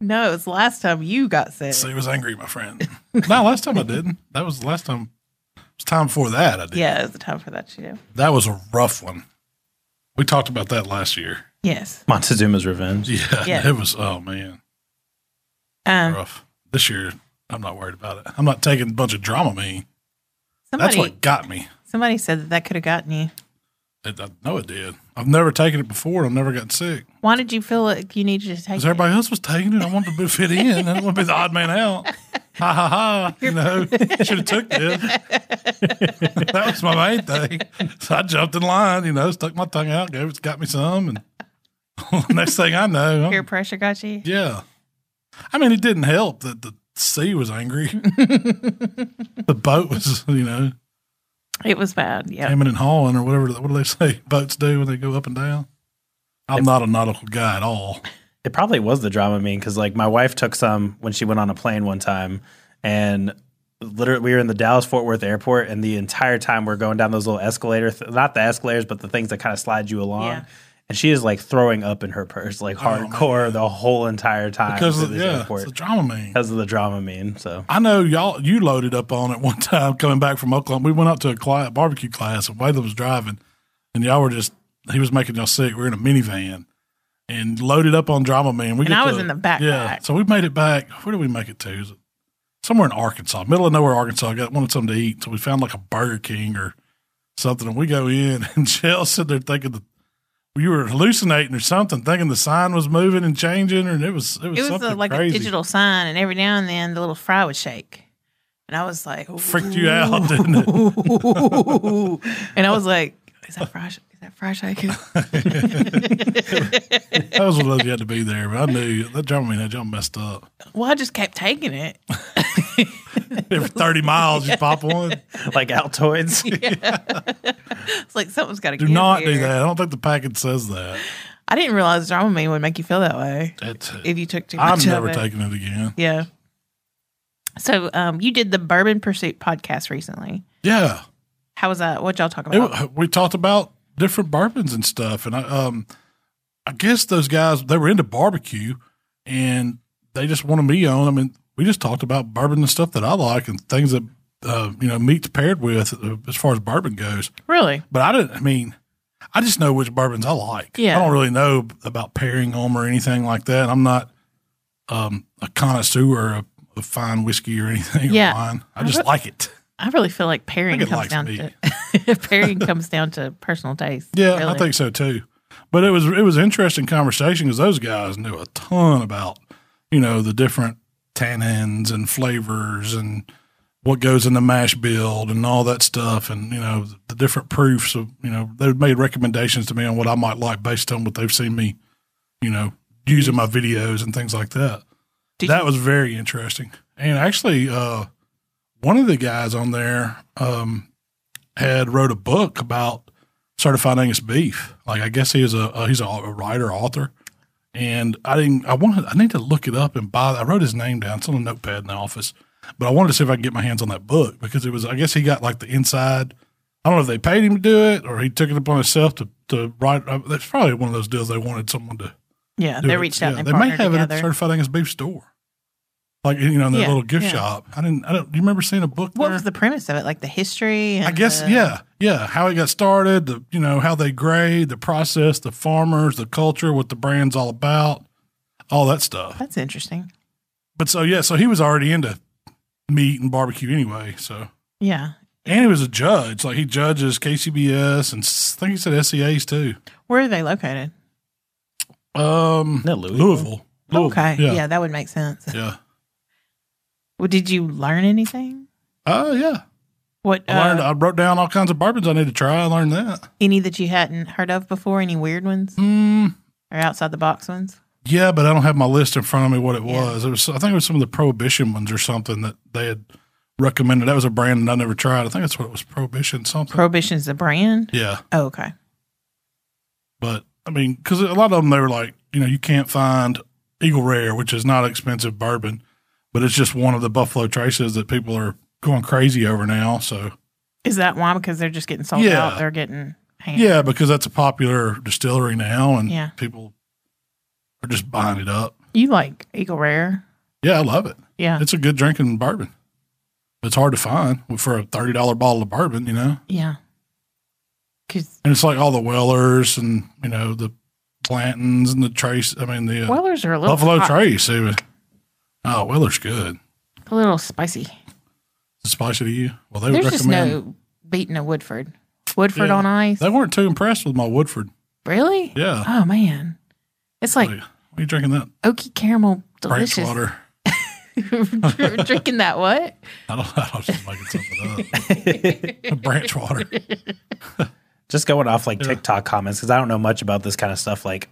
Speaker 3: No, it's last time you got sick.
Speaker 2: So he was angry, my friend. No, last time I didn't. That was the last time. It was time before that. I did.
Speaker 3: Yeah, it was the time for that show.
Speaker 2: That was a rough one. We talked about that last year.
Speaker 3: Yes.
Speaker 4: Montezuma's Revenge.
Speaker 2: Yeah.
Speaker 3: Yeah.
Speaker 2: It was, oh, man.
Speaker 3: Um,
Speaker 2: Rough. This year, I'm not worried about it. I'm not taking a bunch of drama me. That's
Speaker 3: somebody
Speaker 2: what got me.
Speaker 3: Somebody said that that could have gotten you.
Speaker 2: It, I know it did. I've never taken it before. I've never gotten sick.
Speaker 3: Why did you feel like you needed to take
Speaker 2: Because everybody else was taking it. I wanted to be fit in. I didn't want to be the odd man out. Ha ha ha. You know, should have took this. that was my main thing. So I jumped in line, you know, stuck my tongue out, gave it, got me some. And next thing I know,
Speaker 3: it?
Speaker 2: I'm-
Speaker 3: Peer pressure got you?
Speaker 2: yeah. I mean, it didn't help that the sea was angry. the boat was, you know,
Speaker 3: It was bad. Yeah.
Speaker 2: hemming and hawing or whatever. What do they say boats do when they go up and down? I'm not a nautical guy at all.
Speaker 4: It probably was the drama mean because like my wife took some when she went on a plane one time, and literally we were in the Dallas Fort Worth airport, and the entire time we're going down those little escalator, th- not the escalators, but the things that kind of slide you along.
Speaker 3: Yeah.
Speaker 4: And she is like throwing up in her purse, like hardcore the whole entire time
Speaker 2: Oh, Because,
Speaker 4: through this
Speaker 2: yeah,
Speaker 4: airport
Speaker 2: it's a drama man.
Speaker 4: because of the drama mean. So
Speaker 2: I know y'all you loaded up on it one time coming back from Oklahoma. We went out to a cli- barbecue class and Waylon was driving and y'all were just he was making y'all sick. We were in a minivan and loaded up on Drama Man. We
Speaker 3: And
Speaker 2: get
Speaker 3: I was
Speaker 2: to-
Speaker 3: in the back
Speaker 2: Yeah.
Speaker 3: back.
Speaker 2: So we made it back. Where did we make it to? Is it somewhere in Arkansas, middle of nowhere, Arkansas. I got wanted something to eat. So we found like a Burger King or something. And we go in and Shell's sitting there thinking that you were hallucinating or something, thinking the sign was moving and changing, and it was it was,
Speaker 3: It was
Speaker 2: something
Speaker 3: a, like
Speaker 2: crazy.
Speaker 3: a digital sign, and every now and then the little fry would shake. And I was like,
Speaker 2: freaked you out, didn't it?
Speaker 3: Ooh. and I was like, is that fry? sh- Is that fry shaking?
Speaker 2: That was one of those you had to be there, but I knew that drama man had y'all messed up.
Speaker 3: well, I just kept taking it.
Speaker 2: Every 30 miles, you pop one.
Speaker 4: like Altoids.
Speaker 3: It's like something's got to
Speaker 2: Do not do that. I don't think the package says that.
Speaker 3: I didn't realize Dramamine would make you feel that way
Speaker 2: That's it.
Speaker 3: if you took too much
Speaker 2: I'm
Speaker 3: of
Speaker 2: uh, never
Speaker 3: it.
Speaker 2: taking it again.
Speaker 3: Yeah. So, um, you did the Bourbon Pursuit podcast recently.
Speaker 2: Yeah.
Speaker 3: How was that? What y'all talk
Speaker 2: It-
Speaker 3: about?
Speaker 2: we talked about different bourbons and stuff, and I, um, I guess those guys they were into barbecue, and they just wanted me on. I mean, we just talked about bourbon and stuff that I like and things that uh, you know meats paired with uh, as far as bourbon goes.
Speaker 3: really?
Speaker 2: But I didn't. I mean, I just know which bourbons I like.
Speaker 3: Yeah.
Speaker 2: I don't really know about pairing them or anything like that. I'm not um, a connoisseur of, of fine whiskey or anything.
Speaker 3: Yeah.
Speaker 2: Or wine. I just like it.
Speaker 3: I really feel like pairing
Speaker 2: I think it
Speaker 3: comes
Speaker 2: likes
Speaker 3: down
Speaker 2: me.
Speaker 3: to pairing comes down to personal taste.
Speaker 2: Yeah, I
Speaker 3: really.
Speaker 2: think so too. But it was it was an interesting conversation because those guys knew a ton about you know the different tannins and flavors and what goes in the mash build and all that stuff and you know the different proofs of you know they've made recommendations to me on what I might like based on what they've seen me you know use in my videos and things like that.
Speaker 3: Did
Speaker 2: that was very interesting. And actually, uh, one of the guys on there um, had wrote a book about certified Angus beef. Like I guess he is a uh, he's a, a writer author, and I didn't I wanted I need to look it up and buy. I wrote his name down. It's on a notepad in the office, but I wanted to see if I could get my hands on that book because it was I guess he got like the inside. I don't know if they paid him to do it or he took it upon himself to to write. uh, That's probably one of those deals they wanted someone to
Speaker 3: Yeah,
Speaker 2: do
Speaker 3: they
Speaker 2: it.
Speaker 3: reached out
Speaker 2: Yeah,
Speaker 3: and
Speaker 2: they
Speaker 3: partnered
Speaker 2: might have it at
Speaker 3: together.
Speaker 2: the Certified Angus Beef store, like you know, in that
Speaker 3: Yeah,
Speaker 2: little gift
Speaker 3: yeah.
Speaker 2: shop. I didn't. I don't. You remember seeing a book?
Speaker 3: what
Speaker 2: there?
Speaker 3: was the premise of it? Like the history? And
Speaker 2: I guess
Speaker 3: the-
Speaker 2: yeah, yeah. How it got started, the you know how they grade, the process, the farmers, the culture, what the brand's all about, all that stuff.
Speaker 3: That's interesting.
Speaker 2: But so yeah, so he was already into meat and barbecue anyway. So
Speaker 3: Yeah.
Speaker 2: and he was a judge, like he judges KCBS and s- I think he said SEAs too.
Speaker 3: Where are they located?
Speaker 2: Um,
Speaker 4: No, Louisville.
Speaker 2: Louisville. Louisville.
Speaker 3: Okay.
Speaker 2: Yeah.
Speaker 3: Yeah. that would make sense.
Speaker 2: Yeah.
Speaker 3: Well, did you learn anything?
Speaker 2: Oh yeah.
Speaker 3: What
Speaker 2: I learned.
Speaker 3: uh,
Speaker 2: I wrote down all kinds of bourbons I need to try. I learned that.
Speaker 3: any that you hadn't heard of before? Any weird ones
Speaker 2: Mm,
Speaker 3: or outside the box ones?
Speaker 2: Yeah, but I don't have my list in front of me what it
Speaker 3: Yeah.
Speaker 2: was. It was I think it was some of the prohibition ones or something that they had recommended. That was a brand that I never tried. I think that's what it was, prohibition something.
Speaker 3: Prohibition's a brand.
Speaker 2: yeah,
Speaker 3: Oh, okay.
Speaker 2: but I mean, because a lot of them they were like, you know, you can't find Eagle Rare, which is not expensive bourbon, but it's just one of the Buffalo Traces that people are going crazy over now. So
Speaker 3: Is that why? Because they're just getting sold
Speaker 2: Yeah.
Speaker 3: out. They're getting hand.
Speaker 2: yeah, because that's a popular distillery now, and
Speaker 3: Yeah.
Speaker 2: people are just buying it up.
Speaker 3: You like Eagle Rare?
Speaker 2: Yeah, I love it.
Speaker 3: Yeah.
Speaker 2: It's a good drinking bourbon. It's hard to find for a thirty dollar bottle of bourbon, you know.
Speaker 3: yeah. Because
Speaker 2: And it's like all the Wellers and you know the Plantons and the Trace. I mean the uh,
Speaker 3: Wellers are a little
Speaker 2: Buffalo
Speaker 3: hot,
Speaker 2: Trace. It was- oh, Weller's good.
Speaker 3: a little spicy.
Speaker 2: Is it spicy to you? Well, they
Speaker 3: There's
Speaker 2: would
Speaker 3: just
Speaker 2: recommend.
Speaker 3: no beating a Woodford. Woodford
Speaker 2: Yeah.
Speaker 3: on ice.
Speaker 2: They weren't too impressed with my Woodford.
Speaker 3: Really?
Speaker 2: Yeah.
Speaker 3: Oh man, it's like
Speaker 2: Like, what are you drinking that?
Speaker 3: oaky caramel
Speaker 2: Frank's
Speaker 3: delicious.
Speaker 2: water.
Speaker 3: Drinking that what?
Speaker 2: I don't I was just making something up. Branch water.
Speaker 4: Just going off like TikTok comments because I don't know much about this kind of stuff. Like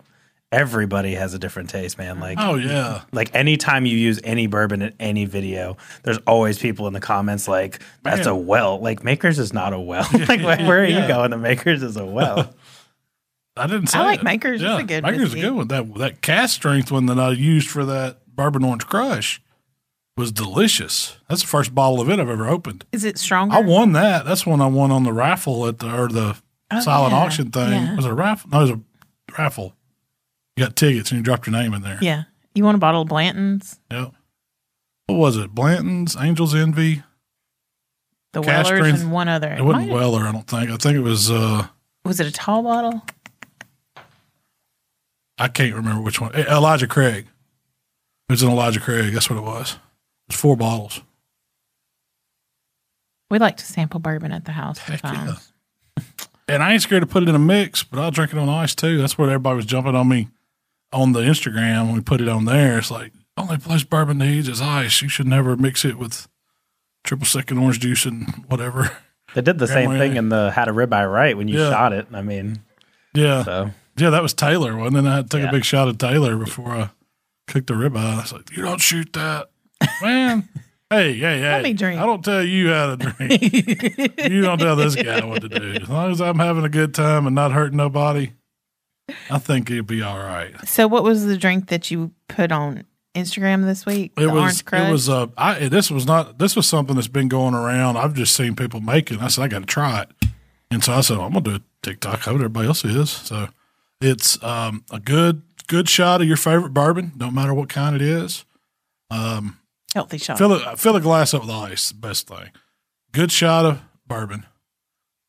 Speaker 4: everybody has a different taste, man. Like
Speaker 2: Oh yeah.
Speaker 4: like anytime you use any bourbon in any video, there's always people in the comments like, "That's a well." Like Makers is not a well. like where are you going? The Makers is a well.
Speaker 2: I didn't say
Speaker 3: I like
Speaker 2: it.
Speaker 3: Maker's. It's a good
Speaker 2: Maker's
Speaker 3: whiskey.
Speaker 2: a good one. That that cast strength one that I used for that bourbon orange crush was delicious. That's the first bottle of it I've ever opened.
Speaker 3: Is it stronger?
Speaker 2: I won that. That's one I won on the raffle at the or the silent
Speaker 3: Oh, yeah.
Speaker 2: auction thing.
Speaker 3: Yeah.
Speaker 2: Was it a raffle? No, it was a raffle. You got tickets and you dropped your name in there.
Speaker 3: Yeah. You want a bottle of Blanton's?
Speaker 2: Yep. What was it? Blanton's, Angel's Envy.
Speaker 3: The
Speaker 2: Cash
Speaker 3: Wellers
Speaker 2: strength-
Speaker 3: and one other.
Speaker 2: It wasn't
Speaker 3: Might-
Speaker 2: Weller, I don't think. I think it was uh
Speaker 3: was it a tall bottle?
Speaker 2: I can't remember which one. Eh, Elijah Craig. It was an Elijah Craig. That's what it was. It was four bottles.
Speaker 3: We like to sample bourbon at the house
Speaker 2: Heck yeah.
Speaker 3: sometimes.
Speaker 2: And I ain't scared to put it in a mix, but I'll drink it on ice too. That's what everybody was jumping on me on the Instagram when we put it on there. It's like only place bourbon needs is ice. You should never mix it with triple second orange juice and whatever.
Speaker 4: They did the same
Speaker 2: Grandma,
Speaker 4: thing
Speaker 2: yeah.
Speaker 4: in the How to Ribeye Right when you
Speaker 2: Yeah.
Speaker 4: shot it. I mean,
Speaker 2: Yeah,
Speaker 4: so
Speaker 2: yeah, that was Taylor. And then I had to take
Speaker 4: Yeah.
Speaker 2: a big shot at Taylor before I cooked the ribeye. I was like, "You don't shoot that, man." hey, hey, hey!
Speaker 3: me drink.
Speaker 2: I don't tell you how to drink. you don't tell this guy what to do. As long as I'm having a good time and not hurting nobody, I think it'll be all right.
Speaker 3: So, what was the drink that you put on Instagram this week?
Speaker 2: It
Speaker 3: the
Speaker 2: was
Speaker 3: Orange Crush?
Speaker 2: it was uh I this was not this was something that's been going around. I've just seen people making. I said I got to try it, and so I said I'm gonna do a TikTok. I hope everybody else is. So it's um a good good shot of your favorite bourbon, no matter what kind it is.
Speaker 3: healthy shot.
Speaker 2: Fill a fill a glass up with ice. Best thing. Good shot of bourbon,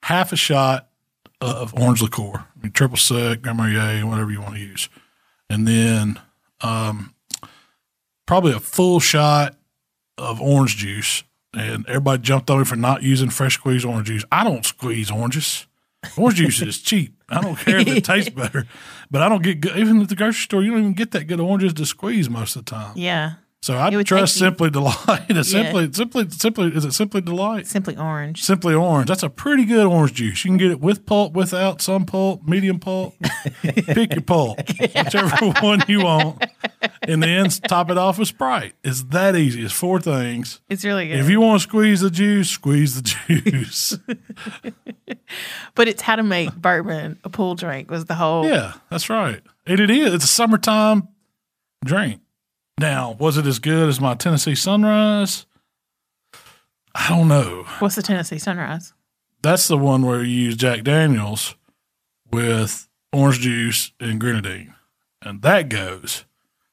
Speaker 2: half a shot of orange liqueur, I mean, triple sec, Grand Marnier, whatever you want to use, and then um, probably a full shot of orange juice. And everybody jumped on me for not using fresh squeezed orange juice. I don't squeeze oranges. Orange juice is cheap. I don't care if it tastes better, but I don't get good. Even at the grocery store, you don't even get that good oranges to squeeze most of the time.
Speaker 3: yeah.
Speaker 2: So
Speaker 3: It
Speaker 2: I
Speaker 3: would
Speaker 2: trust
Speaker 3: take you-
Speaker 2: Simply Delight. It's
Speaker 3: Yeah.
Speaker 2: Simply, simply, simply. Is it Simply Delight?
Speaker 3: Simply orange.
Speaker 2: Simply Orange. That's a pretty good orange juice. You can get it with pulp, without some pulp, medium pulp. Pick your pulp, whichever one you want, and then top it off with Sprite. It's that easy. It's four things.
Speaker 3: It's really good.
Speaker 2: If you want to squeeze the juice, squeeze the juice.
Speaker 3: but it's how to make bourbon a pool drink was the whole.
Speaker 2: yeah, that's right. And it is. It's a summertime drink. Now, was it as good as my Tennessee Sunrise? I don't know.
Speaker 3: What's the Tennessee sunrise?
Speaker 2: That's the one where you use Jack Daniels with orange juice and grenadine, and that goes.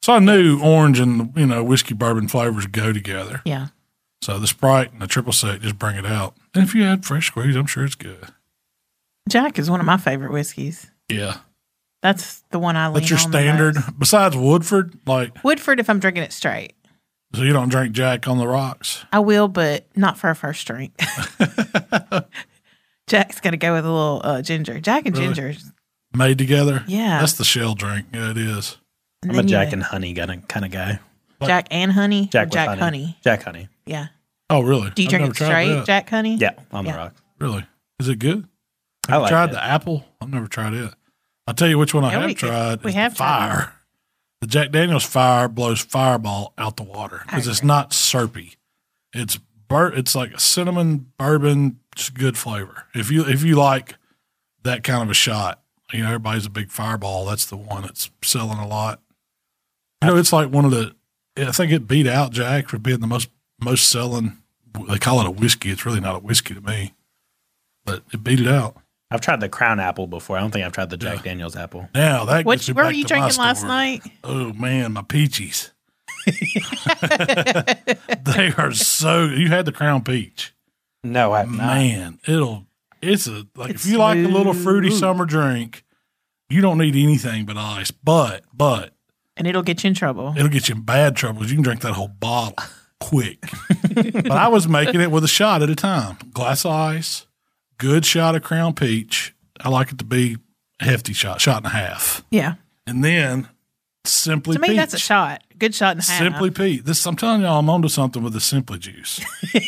Speaker 2: So I knew orange and you know whiskey bourbon flavors go together.
Speaker 3: Yeah.
Speaker 2: So the Sprite and the triple sec just bring it out. And if you add fresh squeeze, I'm sure it's good.
Speaker 3: Jack is one of my favorite whiskeys.
Speaker 2: Yeah,
Speaker 3: That's the one I lean
Speaker 2: that's your
Speaker 3: on the
Speaker 2: standard.
Speaker 3: most.
Speaker 2: Besides Woodford, like
Speaker 3: Woodford, if I'm drinking it straight,
Speaker 2: so you don't drink Jack on the rocks.
Speaker 3: I will, but not for a first drink. Jack's gonna go with a little uh, ginger. Jack and
Speaker 2: Really?
Speaker 3: ginger,
Speaker 2: Made together.
Speaker 3: Yeah.
Speaker 2: that's the shell drink. Yeah, it is.
Speaker 4: I'm a
Speaker 3: then you-
Speaker 4: Jack and Honey kind of kind of guy.
Speaker 3: Jack and honey. Jack,
Speaker 4: Jack with
Speaker 3: Jack
Speaker 4: honey.
Speaker 3: honey.
Speaker 4: Jack Honey.
Speaker 3: Yeah.
Speaker 2: Oh, really?
Speaker 3: Do you
Speaker 2: I've
Speaker 3: drink
Speaker 2: never
Speaker 3: it
Speaker 2: tried
Speaker 3: straight,
Speaker 2: that.
Speaker 3: Jack honey?
Speaker 4: Yeah, on
Speaker 3: Yeah.
Speaker 4: the rock.
Speaker 2: Really? Is it good?
Speaker 4: I like
Speaker 2: tried
Speaker 4: it.
Speaker 2: the apple. I've never tried it. I'll tell you which one I
Speaker 3: Yeah,
Speaker 2: have
Speaker 3: we-
Speaker 2: tried.
Speaker 3: we
Speaker 2: is
Speaker 3: have
Speaker 2: the
Speaker 3: tried it.
Speaker 2: fire. The Jack Daniels fire blows fireball out the water because it's not syrupy. It's bur- It's like a cinnamon bourbon. It's a good flavor. If you if you like that kind of a shot, you know everybody's a big fireball. That's the one that's selling a lot. You know, it's like one of the. I think it beat out Jack for being the most most selling. They call it a whiskey. It's really not a whiskey to me, but it beat it out.
Speaker 4: I've tried the Crown Apple before. I don't think I've tried the Jack Daniels apple.
Speaker 2: Now that
Speaker 3: What
Speaker 2: gets me
Speaker 3: where were
Speaker 2: back
Speaker 3: you
Speaker 2: to my
Speaker 3: drinking last
Speaker 2: story.
Speaker 3: night?
Speaker 2: Oh man, my peaches. they are so. You had the crown peach,
Speaker 4: No, I've
Speaker 2: man. It'll. It's a like
Speaker 3: It's
Speaker 2: if you like a little fruity
Speaker 3: smooth.
Speaker 2: summer drink, you don't need anything but ice. But but
Speaker 3: And it'll get you in trouble.
Speaker 2: it'll get you in bad trouble 'cause you can drink that whole bottle quick. but I was making it with a shot at a time, glass of ice, good shot of crown peach. I like it to be a hefty shot, shot and a half.
Speaker 3: Yeah.
Speaker 2: And then simply
Speaker 3: To me,
Speaker 2: peach.
Speaker 3: that's a shot. Good shot and a half.
Speaker 2: Simply peach. This I'm telling y'all, I'm onto something with the simply juice.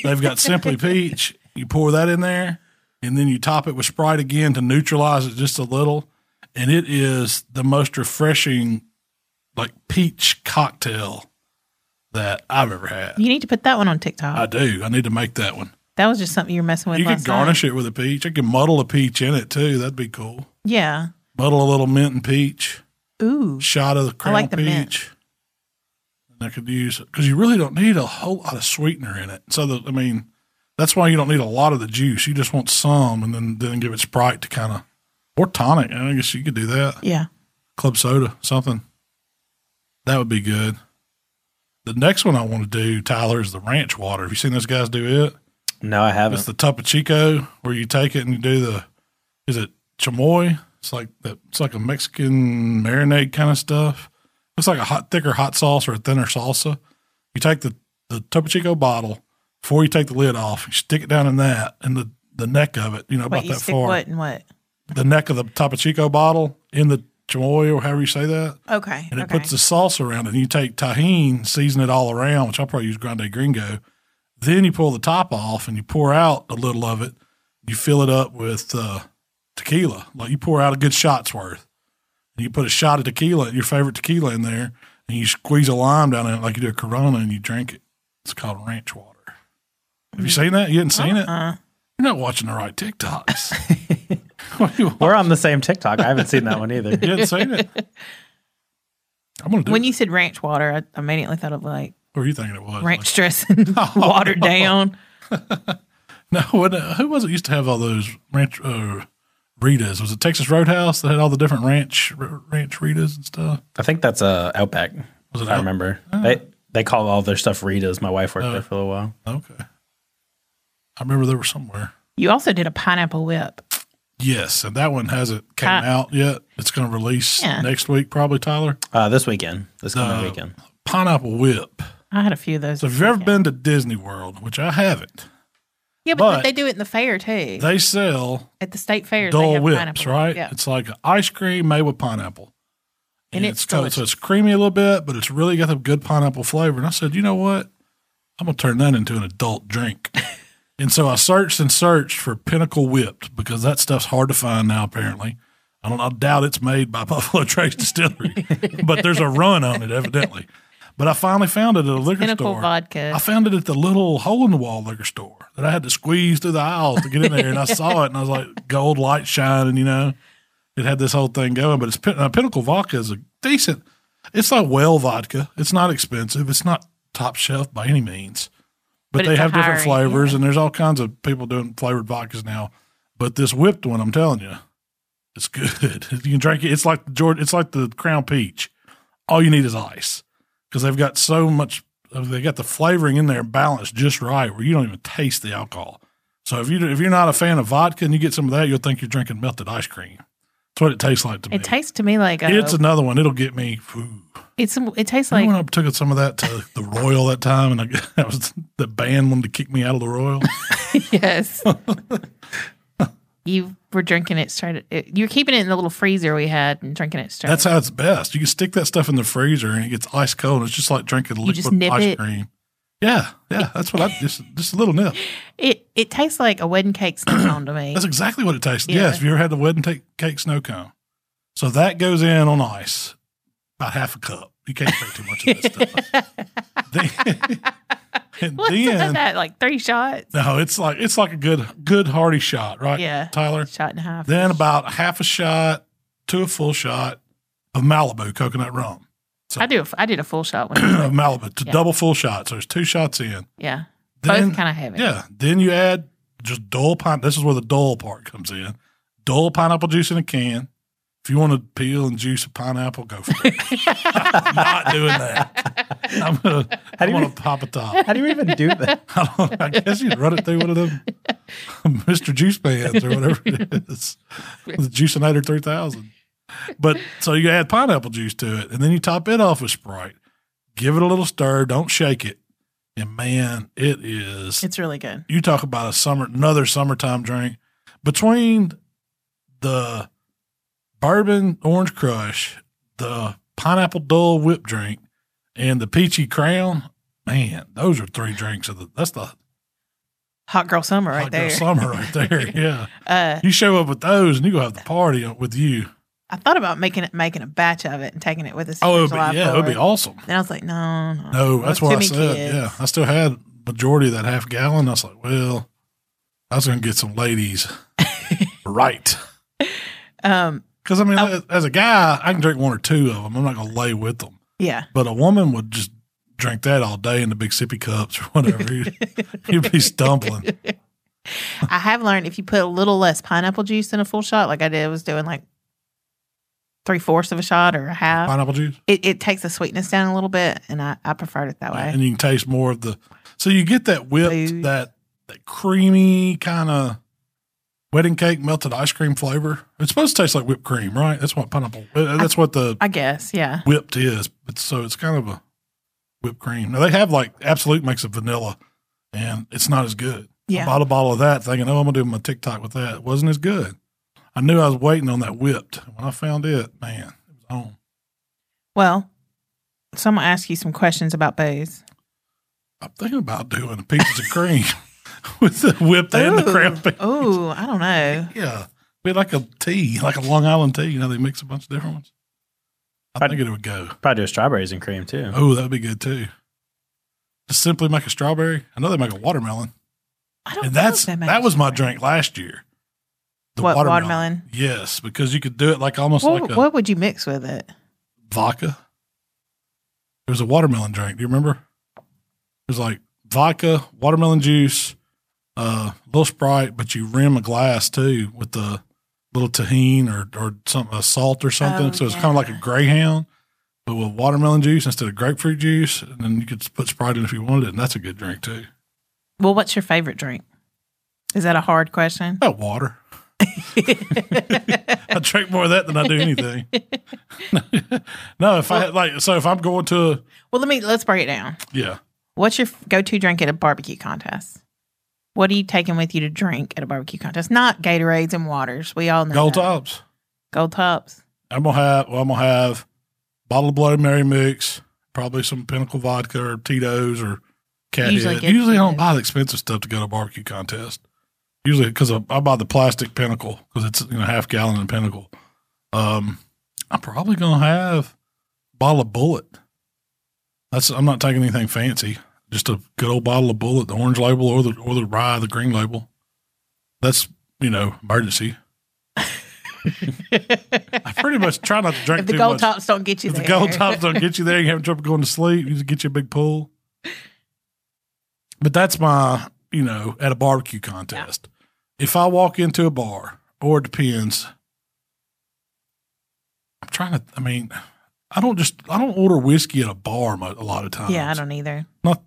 Speaker 2: They've got simply peach. You pour that in there, and then you top it with Sprite again to neutralize it just a little, and it is the most refreshing, like peach cocktail that I've ever had.
Speaker 3: You need to put that one on TikTok.
Speaker 2: I do. I need to make that one.
Speaker 3: that was just something you were messing with.
Speaker 2: Uh, You
Speaker 3: last
Speaker 2: could garnish it with a peach. I could muddle a peach in it too. That'd be cool.
Speaker 3: Night. Yeah.
Speaker 2: Muddle a little mint and peach
Speaker 3: Ooh.
Speaker 2: shot of the crown
Speaker 3: like the
Speaker 2: peach.
Speaker 3: mint.
Speaker 2: And I could use it because you really don't need a whole lot of sweetener in it. So the, I mean, that's why you don't need a lot of the juice. You just want some, and then then give it Sprite to kind of or tonic. I guess you could do that.
Speaker 3: Yeah.
Speaker 2: Club soda, something that would be good. The next one I want to do, Tyler, is the ranch water. Have you seen those guys do it?
Speaker 4: No, I haven't.
Speaker 2: It's the Topo Chico where you take it and you do the is it chamoy? It's like that it's like a Mexican marinade kind of stuff. It's like a hot thicker hot sauce or a thinner salsa. You take the, the Topo Chico bottle before you take the lid off, you stick it down in that and the, the neck of it, you know,
Speaker 3: What
Speaker 2: about
Speaker 3: you
Speaker 2: that
Speaker 3: stick
Speaker 2: far.
Speaker 3: what and what?
Speaker 2: The neck of the Topo Chico bottle in the chamoy or however you say that.
Speaker 3: Okay.
Speaker 2: And it
Speaker 3: okay.
Speaker 2: puts the sauce around it. And you take tahine, season it all around, which I'll probably use Grande Gringo. Then you pull the top off and you pour out a little of it. You fill it up with uh, tequila. Like you pour out a good shot's worth. And you put a shot of tequila, your favorite tequila in there, and you squeeze a lime down in it like you do a Corona and you drink it. It's called ranch water. Have you
Speaker 3: Mm.
Speaker 2: seen that? You hadn't seen
Speaker 3: Uh-uh.
Speaker 2: it? You're not watching the right TikToks. What you-
Speaker 4: We're on the same TikTok. I haven't seen that one either.
Speaker 2: you hadn't seen it? I'm going to do
Speaker 3: when
Speaker 2: it.
Speaker 3: you said ranch water, I immediately thought of like
Speaker 2: What were you thinking it was? Like-
Speaker 3: ranch dressing, watered
Speaker 2: Oh,
Speaker 3: down.
Speaker 2: No, what, uh, who was it used to have all those ranch uh, Ritas? Was it Texas Roadhouse that had all the different ranch r- ranch Ritas and stuff?
Speaker 4: I think that's uh, Outback.
Speaker 2: Was it
Speaker 4: I
Speaker 2: Out- oh.
Speaker 4: remember. They they call all their stuff Rita's. My wife worked there for a little while.
Speaker 2: Okay, I remember they were somewhere.
Speaker 3: You also did a pineapple whip.
Speaker 2: Yes, and that one hasn't came
Speaker 3: Ti-
Speaker 2: out yet. It's going to release
Speaker 3: Yeah.
Speaker 2: next week, probably. Tyler,
Speaker 4: Uh, this weekend, this coming
Speaker 2: Uh,
Speaker 4: weekend.
Speaker 2: Pineapple Whip.
Speaker 3: I had a few of those.
Speaker 2: So if
Speaker 3: this
Speaker 2: you've ever
Speaker 3: weekend.
Speaker 2: been to Disney World, which I haven't,
Speaker 3: yeah, but,
Speaker 2: but-
Speaker 3: they do it in the fair too.
Speaker 2: they sell
Speaker 3: At the state fairs, they
Speaker 2: Dole
Speaker 3: have
Speaker 2: Whips,
Speaker 3: pineapple.
Speaker 2: right?
Speaker 3: Yeah.
Speaker 2: It's like ice cream made with pineapple.
Speaker 3: And it's
Speaker 2: kind of- so it's creamy a little bit, but it's really got the good pineapple flavor. And I said, you know what? I'm gonna turn that into an adult drink. and so I searched and searched for Pinnacle Whipped because that stuff's hard to find now. Apparently, I don't. I doubt it's made by Buffalo Trace Distillery, but there's a run on it evidently. But I finally found it at a liquor
Speaker 3: Pinnacle
Speaker 2: store.
Speaker 3: vodka.
Speaker 2: I found it at the little hole in the wall liquor store that I had to squeeze through the aisles to get in there. And I saw it and I was like, gold light shining, you know. It had this whole thing going, but it's Pin- uh, Pinnacle Vodka is a decent, it's like well vodka. It's not expensive. It's not top shelf by any means, but,
Speaker 3: But
Speaker 2: they
Speaker 3: it's a
Speaker 2: have different
Speaker 3: higher-
Speaker 2: flavors and there's all kinds of people doing flavored vodkas now. But this whipped one, I'm telling you, it's good. you can drink it. It's like the Jordan, it's like the Crown Peach. All you need is ice because they've got so much they got the flavoring in there balanced just right where you don't even taste the alcohol. So if you if you're not a fan of vodka and you get some of that, you'll think you're drinking melted ice cream. That's what it tastes like to me.
Speaker 3: It tastes to me like a,
Speaker 2: it's
Speaker 3: it's,
Speaker 2: another one. It'll get me. Ooh.
Speaker 3: it tastes
Speaker 2: Remember
Speaker 3: like
Speaker 2: when I took some of that to the Royal that time, and I, that was the band wanted to kick me out of the Royal.
Speaker 3: yes. you were drinking it straight. It, you were keeping it in the little freezer we had and drinking it straight.
Speaker 2: That's how it's best. You can stick that stuff in the freezer, and it gets ice cold. It's just like drinking liquid
Speaker 3: just nip
Speaker 2: ice
Speaker 3: it.
Speaker 2: cream. Yeah, yeah, that's what I just just a little nip.
Speaker 3: it it tastes like a wedding cake snow cone to me.
Speaker 2: That's exactly what it tastes.
Speaker 3: Yeah.
Speaker 2: Yes, have you ever had the wedding take, cake snow cone? So that goes in on ice, about half a cup. You can't drink too much of that stuff. then, and
Speaker 3: What's
Speaker 2: then
Speaker 3: that? Like three shots,
Speaker 2: no, it's like it's like a good good hearty shot, right?
Speaker 3: Yeah.
Speaker 2: Tyler.
Speaker 3: shot and a half.
Speaker 2: Then about half a shot to a full shot of Malibu coconut rum.
Speaker 3: I do. a f- I did a full shot one.
Speaker 2: of Malibu to
Speaker 3: Yeah.
Speaker 2: double full shot. So there's two shots in.
Speaker 3: yeah,
Speaker 2: Then,
Speaker 3: both kind of heavy.
Speaker 2: Yeah. Then you add just dull pine. This is where the dull part comes in. Dull pineapple juice in a can. If you want to peel and juice a pineapple, go for it. I'm not doing that. I'm gonna.
Speaker 4: do
Speaker 2: I'm
Speaker 4: you-
Speaker 2: gonna pop a top.
Speaker 4: How do you even do that?
Speaker 2: I, don't, I guess you'd run it through one of them Mr. Juice bands or whatever it is, the Juicinator 3000. But so you add pineapple juice to it, and then you top it off with Sprite. Give it a little stir. Don't shake it. And man, it is
Speaker 3: it's really good.
Speaker 2: you talk about a summer another summertime drink between the bourbon orange crush, the pineapple dull whip drink, and the peachy crown, man, those are three drinks of the. That's the
Speaker 3: Hot girl summer right
Speaker 2: hot girl
Speaker 3: there.
Speaker 2: summer right there. Yeah,
Speaker 3: Uh,
Speaker 2: you show up with those, and you go have the party with you.
Speaker 3: I thought about making it, making a batch of it and taking it with us.
Speaker 2: Oh, it would be, yeah, it would be awesome.
Speaker 3: Then I was like, no, no,
Speaker 2: No, that's
Speaker 3: too
Speaker 2: what I
Speaker 3: many
Speaker 2: said.
Speaker 3: kids.
Speaker 2: Yeah, I still had majority of that half gallon. I was like, well, I was going to get some ladies, right?
Speaker 3: Um,
Speaker 2: Because I mean,
Speaker 3: Oh.
Speaker 2: as- as a guy, I can drink one or two of them. I'm not going to lay with them.
Speaker 3: yeah,
Speaker 2: But a woman would just drink that all day in the big sippy cups or whatever. you'd, you'd be stumbling.
Speaker 3: I have learned if you put a little less pineapple juice in a full shot, like I did, I was doing like three fourths of a shot or a half.
Speaker 2: Pineapple juice,
Speaker 3: It, it takes the sweetness down a little bit, and I, I preferred it that way.
Speaker 2: and you can taste more of the. So you get that whipped,
Speaker 3: Booze.
Speaker 2: that that creamy kind of wedding cake melted ice cream flavor. It's supposed to taste like whipped cream, right? That's what pineapple. uh, That's what the
Speaker 3: I guess, yeah.
Speaker 2: whipped is. It's, so it's kind of a whipped cream. Now they have like Absolute makes a vanilla, and it's not as good. I
Speaker 3: Yeah.
Speaker 2: bought a bottle of that, thinking, "Oh, I'm gonna do my TikTok with that." It wasn't as good. I knew I was waiting on that whipped. When I found it, man, it was on.
Speaker 3: Well, so I'm gonna ask you some questions about booze.
Speaker 2: I'm thinking about doing a pieces of cream with the whipped and the crab. pa-
Speaker 3: Oh, I don't know.
Speaker 2: Yeah, be like a tea, like a Long Island tea. You know, they mix a bunch of different ones. I
Speaker 4: I'd-
Speaker 2: think it would go.
Speaker 4: Probably do strawberries and cream too.
Speaker 2: Oh, that'd be good too. Just simply make a strawberry. I know they make a watermelon.
Speaker 3: I don't.
Speaker 2: And
Speaker 3: know if
Speaker 2: that's
Speaker 3: they make
Speaker 2: that was my
Speaker 3: strawberry.
Speaker 2: drink last year.
Speaker 3: What, watermelon?
Speaker 2: Yes, because you could do it like almost
Speaker 3: What,
Speaker 2: like a
Speaker 3: what would you mix with it?
Speaker 2: vodka. It was a watermelon drink. Do you remember? It was like vodka, watermelon juice, uh, little Sprite, but you rim a glass too with the little tahine or or some a salt or something.
Speaker 3: Oh,
Speaker 2: so it's kind of like a
Speaker 3: yeah.
Speaker 2: Greyhound, but with watermelon juice instead of grapefruit juice, and then you could put Sprite in if you wanted, it, and that's a good drink too.
Speaker 3: Well, what's your favorite drink? Is that a hard question?
Speaker 2: About water. I drink more of that than I do anything. no, if I had like, so if I'm going to,
Speaker 3: Well, let me let's break it down.
Speaker 2: yeah,
Speaker 3: What's your go to drink at a barbecue contest? What are you taking with you to drink at a barbecue contest? Not Gatorades and waters. We all know
Speaker 2: gold
Speaker 3: that.
Speaker 2: tops,
Speaker 3: Gold tops.
Speaker 2: I'm gonna have, well, I'm gonna have bottle of Bloody Mary mix, probably some Pinnacle vodka or Tito's or Cat
Speaker 3: Usually
Speaker 2: Head.
Speaker 3: get
Speaker 2: Usually, I don't
Speaker 3: Tito's.
Speaker 2: buy the expensive stuff to go to a barbecue contest. Usually, because I, I buy the plastic Pinnacle because it's you know half gallon in Pinnacle. Um, I'm probably gonna have a bottle of Bullet. That's I'm not taking anything fancy. Just a good old bottle of Bullet, the orange label or the or the rye, the green label. That's you know emergency. I pretty much try not to drink
Speaker 3: If the
Speaker 2: too
Speaker 3: gold
Speaker 2: much.
Speaker 3: tops don't get you
Speaker 2: If
Speaker 3: there.
Speaker 2: the gold tops don't get you there, you having trouble going to sleep. You just get you a big pool. But that's my, you know, at a barbecue contest. If I walk into a bar, or it depends. I'm trying to. I mean, I don't just. I don't order whiskey at a bar mo- a lot of times.
Speaker 3: Yeah, I don't either.
Speaker 2: Not,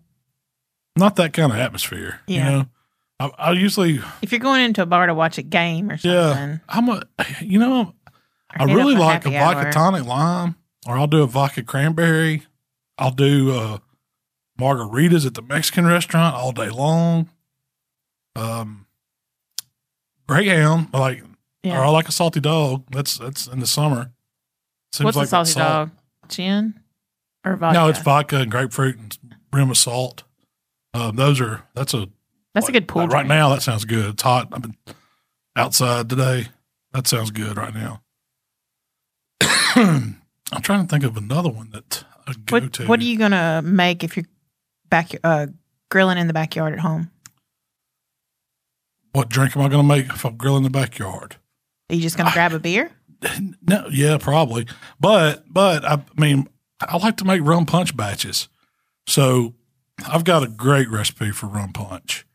Speaker 2: not that kind of atmosphere.
Speaker 3: Yeah.
Speaker 2: You know, I, I usually.
Speaker 3: If you're going into a bar to watch a game or something,
Speaker 2: Yeah. I'm a. You know, I'm I
Speaker 3: or hit up
Speaker 2: really like a
Speaker 3: happy
Speaker 2: vodka
Speaker 3: hour.
Speaker 2: tonic lime, or I'll do a vodka cranberry. I'll do uh, margaritas at the Mexican restaurant all day long. Um, Greyhound, I like or I
Speaker 3: Yeah.
Speaker 2: like a salty dog. That's that's in the summer. Seems
Speaker 3: What's a salty
Speaker 2: salt-
Speaker 3: dog? Gin or vodka?
Speaker 2: No, it's vodka and grapefruit and rim of salt. Um, those are that's a
Speaker 3: That's
Speaker 2: like-
Speaker 3: a good pool
Speaker 2: like Right
Speaker 3: drink.
Speaker 2: now, that sounds good. It's hot. I've been outside today. That sounds good right now. I'm trying to think of another one that I go
Speaker 3: What,
Speaker 2: to.
Speaker 3: what are you gonna make if you're back uh, grilling in the backyard at home?
Speaker 2: What drink am I going to make if I'm grilling in the backyard?
Speaker 3: Are you just gonna grab a beer?
Speaker 2: No, yeah, probably. But but I mean, I like to make rum punch batches. So I've got a great recipe for rum punch.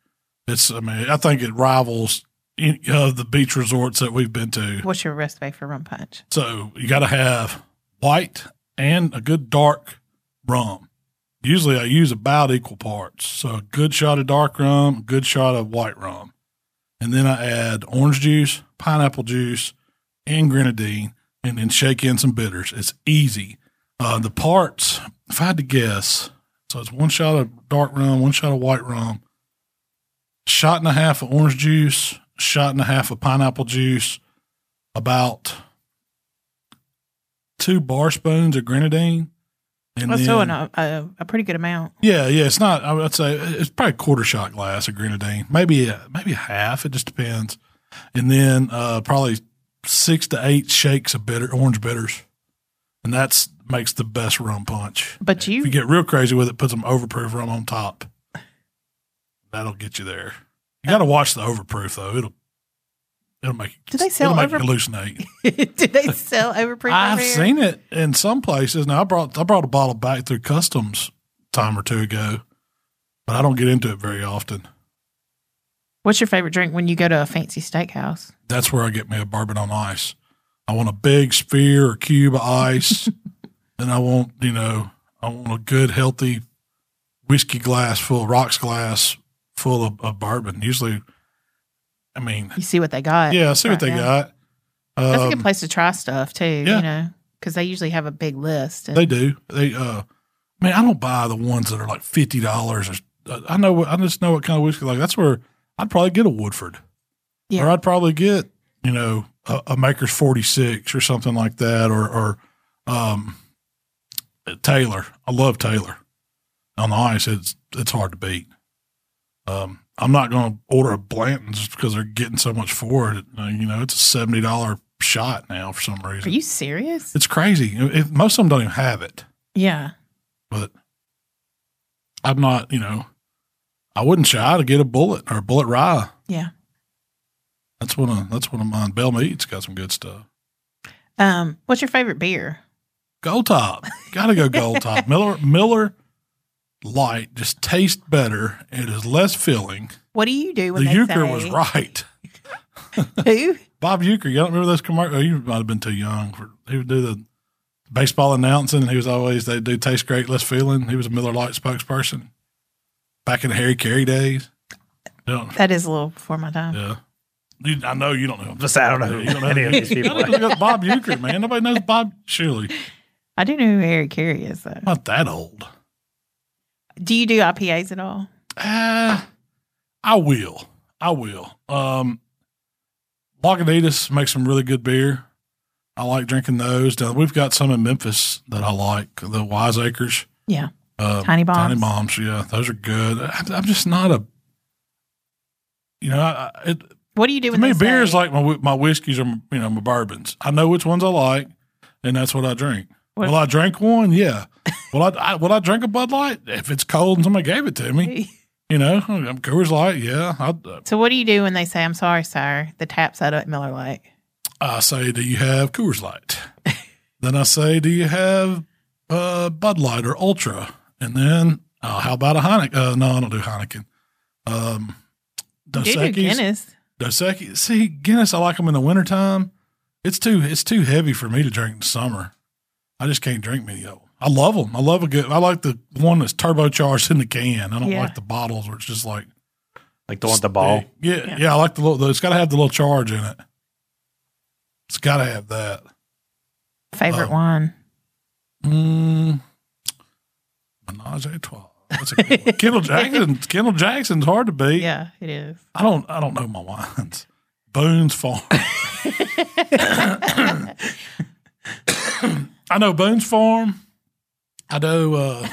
Speaker 2: It's I mean I think it rivals any of the beach resorts that we've been to.
Speaker 3: What's your recipe for rum punch?
Speaker 2: So you got to have white and a good dark rum. Usually I use about equal parts. So a good shot of dark rum, a good shot of white rum. And then I add orange juice, pineapple juice, and grenadine, and then shake in some bitters. It's easy. Uh, the parts, if I had to guess, so it's one shot of dark rum, one shot of white rum, shot and a half of orange juice, shot and a half of pineapple juice, about two bar spoons of grenadine. And
Speaker 3: That's
Speaker 2: then-
Speaker 3: still an, a, a pretty good amount.
Speaker 2: yeah, yeah, it's not. I would say it's probably a quarter shot glass of grenadine, maybe a, maybe a half. It just depends. And then uh, probably six to eight shakes of bitter orange bitters, and that's makes the best rum punch.
Speaker 3: But
Speaker 2: If you
Speaker 3: you,
Speaker 2: get real crazy with it, put some overproof rum on top. That'll get you there. You got to watch the overproof though. It'll it'll make
Speaker 3: Uh, Do they sell
Speaker 2: it'll make you
Speaker 3: over-
Speaker 2: hallucinate.
Speaker 3: did they sell overproof?
Speaker 2: I've
Speaker 3: over here?
Speaker 2: seen it in some places. Now I brought I brought a bottle back through customs time or two ago, but I don't get into it very often.
Speaker 3: What's your favorite drink when you go to a fancy steakhouse?
Speaker 2: That's where I get me a bourbon on ice. I want a big sphere or cube of ice, and I want you know I want a good healthy whiskey glass full, rocks glass full of, of bourbon. Usually, I mean,
Speaker 3: You see what they got.
Speaker 2: yeah, I see what they
Speaker 3: right now.
Speaker 2: got. Um,
Speaker 3: That's a good place to try stuff too.
Speaker 2: yeah.
Speaker 3: You know, because they usually have a big list. And
Speaker 2: They do. They uh, man, I don't buy the ones that are like fifty dollars. I know. what- I just know what kind of whiskey. Like that's where I'd probably get a Woodford,
Speaker 3: Yeah.
Speaker 2: or I'd probably get you know a, a Maker's Forty Six or something like that, or or um, Taylor. I love Taylor on the ice. It's it's hard to beat. Um, I'm not going to order a Blanton just because they're getting so much for it. Uh, You know, it's a seventy dollar shot now for some
Speaker 3: Are
Speaker 2: reason.
Speaker 3: you serious?
Speaker 2: it's crazy. It- most of them don't even have it
Speaker 3: Yeah.
Speaker 2: but I'm not, you know, I wouldn't shy to get a bullet or a bullet rye.
Speaker 3: Yeah.
Speaker 2: That's one of that's one of mine. Bell Meat's got some good stuff.
Speaker 3: Um, what's your favorite beer?
Speaker 2: Gold top, gotta go gold top. Miller Miller Light just tastes better. It is less filling.
Speaker 3: What do you do when
Speaker 2: the
Speaker 3: they
Speaker 2: Euchre
Speaker 3: say,
Speaker 2: was right.
Speaker 3: Who?
Speaker 2: Bob Euchre, you don't remember those commercials? Oh, you might have been too young for. He would do the baseball announcing. He was always they do taste great, less filling. He was a Miller Light spokesperson back in the Harry Carey days. Don't
Speaker 3: That is a little before my time.
Speaker 2: Yeah. You, I know you don't know.
Speaker 4: Just, I don't know
Speaker 2: You don't
Speaker 4: who
Speaker 2: know
Speaker 4: any of these
Speaker 2: You
Speaker 4: people
Speaker 2: gotta
Speaker 4: are.
Speaker 2: look up Bob Euchre, man. Nobody knows Bob Shirley.
Speaker 3: I do know who Harry Carey is though.
Speaker 2: Not that old.
Speaker 3: Do you do IPAs at all?
Speaker 2: Uh, I will. I will. Um, Lagunitas makes some really good beer. I like drinking those. Now, we've got some in Memphis that I like, the Wiseacres.
Speaker 3: Yeah.
Speaker 2: Uh,
Speaker 3: Tiny bombs.
Speaker 2: Tiny bombs, yeah, those are good. I, I'm just not a, you know, I, I- it,
Speaker 3: What do you do
Speaker 2: To
Speaker 3: when
Speaker 2: me,
Speaker 3: they
Speaker 2: beer is
Speaker 3: say-
Speaker 2: like my whi- my whiskeys or you know my bourbons. I know which ones I like, and that's what I drink.
Speaker 3: What-
Speaker 2: Well, I drank one, yeah. Well, I, I will I drink a Bud Light if it's cold and somebody gave it to me. You know, I'm Coors Light, yeah. I, uh,
Speaker 3: So what do you do when they say, "I'm sorry, sir"? The tap's out at Miller Lite.
Speaker 2: I say, do you have Coors Light? then I say, do you have uh, Bud Light or Ultra? And then uh, how about a Heineken? Uh, no, I don't do Heineken. Um,
Speaker 3: You do do
Speaker 2: Dos Equis.
Speaker 3: Guinness.
Speaker 2: Dos Equis. See, Guinness, I like them in the wintertime. It's too it's too heavy for me to drink in the summer. I just can't drink many of them. I love them. I love a good. I like the one that's turbocharged in the can. I don't
Speaker 3: Yeah.
Speaker 2: like the bottles where it's just like
Speaker 5: Like the one with the ball.
Speaker 2: Yeah, yeah. I like the little. It's got to have the little charge in it. It's got to have that.
Speaker 3: Favorite
Speaker 2: Um,
Speaker 3: one.
Speaker 2: Mm, Menage a trois. That's a good one. Kendall Jackson. Kendall Jackson's hard to beat.
Speaker 3: Yeah, it is.
Speaker 2: I don't. I don't know my wines. Boone's Farm. I know Boone's Farm. I know. Uh,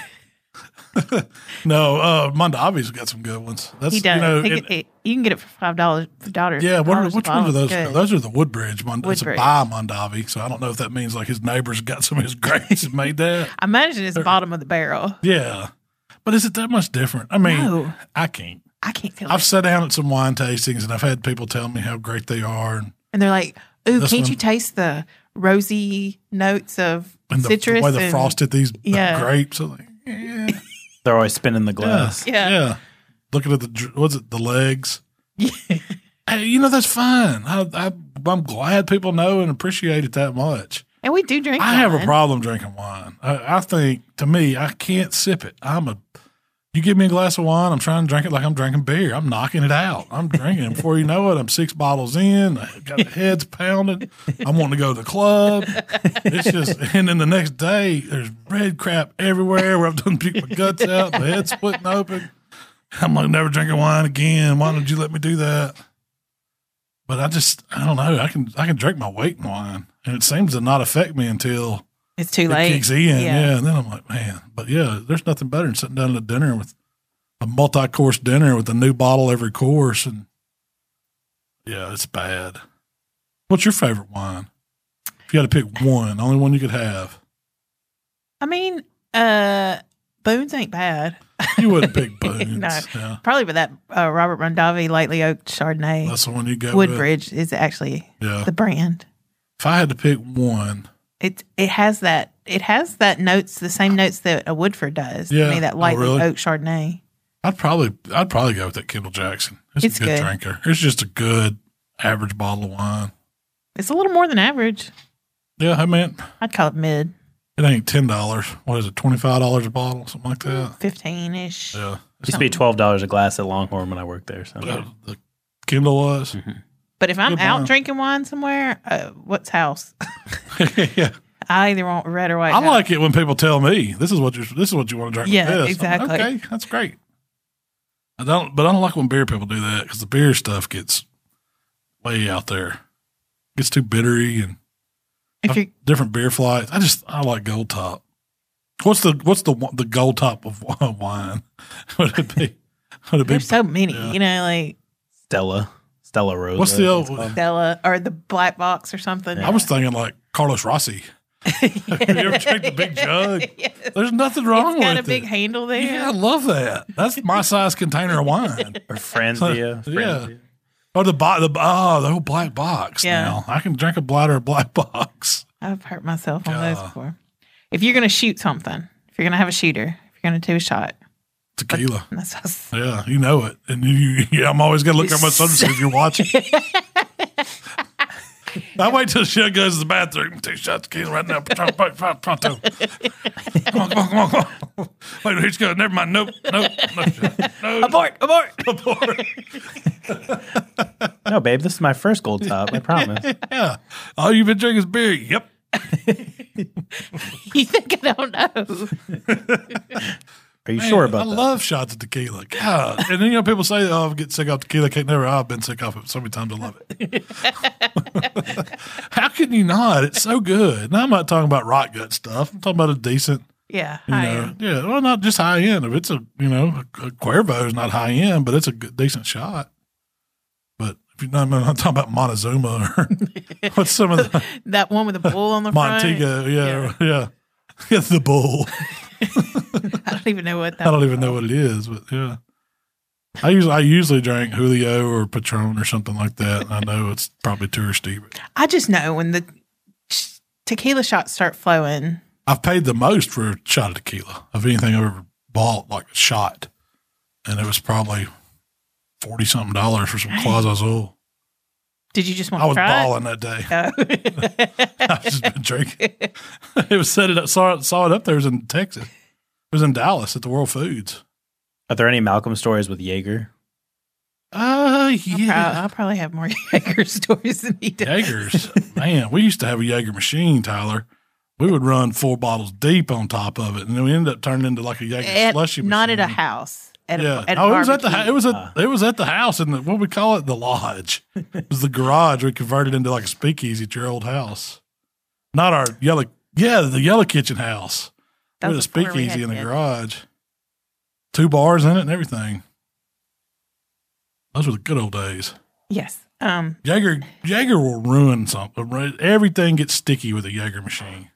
Speaker 2: no, uh, Mondavi's got some good ones. That's
Speaker 3: He does.
Speaker 2: you know.
Speaker 3: He
Speaker 2: it-
Speaker 3: can- it- you can get it for five dollars. Dollars.
Speaker 2: yeah, what are,
Speaker 3: dollars a
Speaker 2: which ones are
Speaker 3: bottle.
Speaker 2: those?
Speaker 3: Good.
Speaker 2: Those are the Woodbridge. Mond- It's a
Speaker 3: Woodbridge.
Speaker 2: by Mondavi, so I don't know if that means like his neighbors got some of his grapes and made that.
Speaker 3: I imagine it's bottom of the barrel.
Speaker 2: Yeah, but is it that much different? I mean,
Speaker 3: No.
Speaker 2: I can't.
Speaker 3: I can't feel
Speaker 2: I've
Speaker 3: it.
Speaker 2: sat down at some wine tastings and I've had people tell me how great they are and
Speaker 3: And they're like, "Ooh,
Speaker 2: This
Speaker 3: can't
Speaker 2: one.
Speaker 3: you taste the rosy notes of
Speaker 2: and the,
Speaker 3: citrus
Speaker 2: the way the
Speaker 3: and-
Speaker 2: frosted these the
Speaker 3: yeah.
Speaker 2: grapes. I'm like, yeah,
Speaker 4: They're always spinning the
Speaker 2: yeah,
Speaker 4: glass.
Speaker 3: Yeah.
Speaker 2: Looking at the dr- what's it, the legs. Hey, you know that's fine. I, I I'm glad people know and appreciate it that much.
Speaker 3: And we do drink.
Speaker 2: I have a
Speaker 3: wine.
Speaker 2: problem drinking wine. I, I think to me, I can't sip it. I'm a. You give me a glass of wine, I'm trying to drink it like I'm drinking beer. I'm knocking it out. I'm drinking. it. Before you know it, I'm six bottles in. I got heads pounded. I'm wanting to go to the club. It's just, and then the next day, there's red crap everywhere where I've done puke my guts out, my head splitting open. I'm like, never drinking wine again. Why did you let me do that? But I just I don't know. I can I can drink my weight in wine, and it seems to not affect me until
Speaker 3: It's too
Speaker 2: it
Speaker 3: late.
Speaker 2: kicks in. Yeah. and then I'm like, man. But yeah, there's nothing better than sitting down to dinner with a multi-course dinner with a new bottle every course, and yeah, it's bad. What's your favorite wine? If you had to pick one, only one you could have,
Speaker 3: I mean, uh, Boone's ain't bad.
Speaker 2: you wouldn't pick Boone's.
Speaker 3: No.
Speaker 2: Yeah,
Speaker 3: Probably, but that uh, Robert Mondavi lightly oaked Chardonnay
Speaker 2: that's the one you go with.
Speaker 3: Woodbridge is actually
Speaker 2: Yeah.
Speaker 3: the brand.
Speaker 2: If I had to pick one,
Speaker 3: It it has that it has that notes the same notes that a Woodford does.
Speaker 2: Yeah.
Speaker 3: I mean, that
Speaker 2: Oh,
Speaker 3: lightly
Speaker 2: really?
Speaker 3: oaked Chardonnay.
Speaker 2: I'd probably I'd probably go with that Kendall Jackson. It's,
Speaker 3: It's
Speaker 2: a good,
Speaker 3: good.
Speaker 2: drinker. It's just a good average bottle of wine.
Speaker 3: It's a little more than average.
Speaker 2: Yeah, I mean
Speaker 3: I'd call it mid
Speaker 2: it ain't ten dollars. What is it? Twenty five dollars a bottle, something like that.
Speaker 3: fifteen ish.
Speaker 2: Yeah,
Speaker 4: It used to be twelve dollars a glass at Longhorn when I worked there. So
Speaker 2: Uh, the Kendall was.
Speaker 3: But if I'm
Speaker 2: Good
Speaker 3: out
Speaker 2: wine.
Speaker 3: drinking wine somewhere, uh, what's house?
Speaker 2: yeah,
Speaker 3: Mm-hmm. I either want red or white.
Speaker 2: I
Speaker 3: house.
Speaker 2: like it when people tell me this is what you this is what you want to drink.
Speaker 3: Yeah,
Speaker 2: with this. I'm like,
Speaker 3: exactly.
Speaker 2: okay, that's great. I don't, but I don't like when beer people do that because the beer stuff gets way out there. Gets too bittery and
Speaker 3: if you're
Speaker 2: different beer flights. I just I like Gold Top. What's the what's the one- the Gold Top of wi- wine? Would it be? Would it be?
Speaker 3: there's so many,
Speaker 2: yeah.
Speaker 3: you know, like
Speaker 4: Stella, Stella Rosa.
Speaker 2: What's the
Speaker 4: is what
Speaker 2: old-
Speaker 4: it's called.
Speaker 3: Stella or the Black Box or something.
Speaker 2: I was thinking like Carlos Rossi. Have you ever drank the big jug?
Speaker 3: Yes.
Speaker 2: There's nothing wrong
Speaker 3: it's got
Speaker 2: with
Speaker 3: a big
Speaker 2: it.
Speaker 3: handle there.
Speaker 2: yeah, I love that. That's my size container of wine.
Speaker 4: or Franzia?
Speaker 2: Yeah.
Speaker 4: Franzia.
Speaker 2: Oh, the bo- the oh the whole black box.
Speaker 3: Yeah.
Speaker 2: Now I can drink a bladder of black box.
Speaker 3: I've hurt myself on those
Speaker 2: God.
Speaker 3: before. If you're gonna shoot something, if you're gonna have a shooter, if you're gonna do a shot,
Speaker 2: Tequila.
Speaker 3: and that's us.
Speaker 2: Yeah, you know it. And you, you yeah, I'm always gonna look at my son if you're watching. I wait till she goes to the bathroom. Two shots of tequila right now. Pronto, pronto, pronto. Come on, come on, come on, come on. Wait, he's good. Never mind. Nope, nope, nope. nope.
Speaker 3: abort, abort.
Speaker 4: No, babe, this is my first gold top. I promise.
Speaker 2: Yeah. All you've been drinking is beer. Yep.
Speaker 3: you think I don't know?
Speaker 4: Are you sure
Speaker 2: I
Speaker 4: about that?
Speaker 2: love shots of tequila. God. And then, you know, people say, oh, I get sick off tequila. I can't never. I've been sick off it so many times. I love it. How can you not? It's so good. Now, I'm not talking about rock gut stuff. I'm talking about a decent,
Speaker 3: Yeah,
Speaker 2: you
Speaker 3: I
Speaker 2: know,
Speaker 3: am.
Speaker 2: yeah, well, not just high end. If it's a, you know, a, a Cuervo is not high end, but it's a good, decent shot. But if you're not, I'm not talking about Montezuma or what's some of the
Speaker 3: that one with the bull on the front.
Speaker 2: Montego. Yeah. Yeah. yeah. the bull.
Speaker 3: I don't even know what that.
Speaker 2: I don't even know what it is, but yeah. I usually I usually drink Julio or Patron or something like that. and I know it's probably touristy. But
Speaker 3: I just know when the sh- tequila shots start flowing.
Speaker 2: I've paid the most for a shot of tequila of anything I've ever bought, like a shot, and it was probably forty something dollars for some Claus Azul.
Speaker 3: Did you just want
Speaker 2: I
Speaker 3: to
Speaker 2: was
Speaker 3: try? Oh.
Speaker 2: balling that day.
Speaker 3: It? No.
Speaker 2: I've just been drinking. it was set it up. Saw it, saw it up there. It was in Texas. It was in Dallas at the World Foods.
Speaker 4: Are there any Malcolm stories with Jaeger?
Speaker 2: Uh,
Speaker 3: I'll,
Speaker 2: yeah.
Speaker 3: prob- I'll probably have more Jaeger stories than he does.
Speaker 2: Jaegers, man, we used to have a Jaeger machine, Tyler. We would run four bottles deep on top of it, and then we ended up turning into like a Jaeger
Speaker 3: At-
Speaker 2: slushy machine.
Speaker 3: not at a house. At
Speaker 2: Yeah.
Speaker 3: a, at a
Speaker 2: oh, it was at the hou-
Speaker 3: barbecue.
Speaker 2: it was at it was at the house in the what we call it the lodge. It was the garage we converted into like a speakeasy at your old house. Not our yellow, yeah, the yellow kitchen house.
Speaker 3: That
Speaker 2: we had a
Speaker 3: was before we
Speaker 2: speakeasy
Speaker 3: had
Speaker 2: in the
Speaker 3: kids.
Speaker 2: garage, two bars in it and everything. Those were the good old days.
Speaker 3: Yes. Um.
Speaker 2: Jaeger Jaeger will ruin something. right? Everything gets sticky with a Jaeger machine.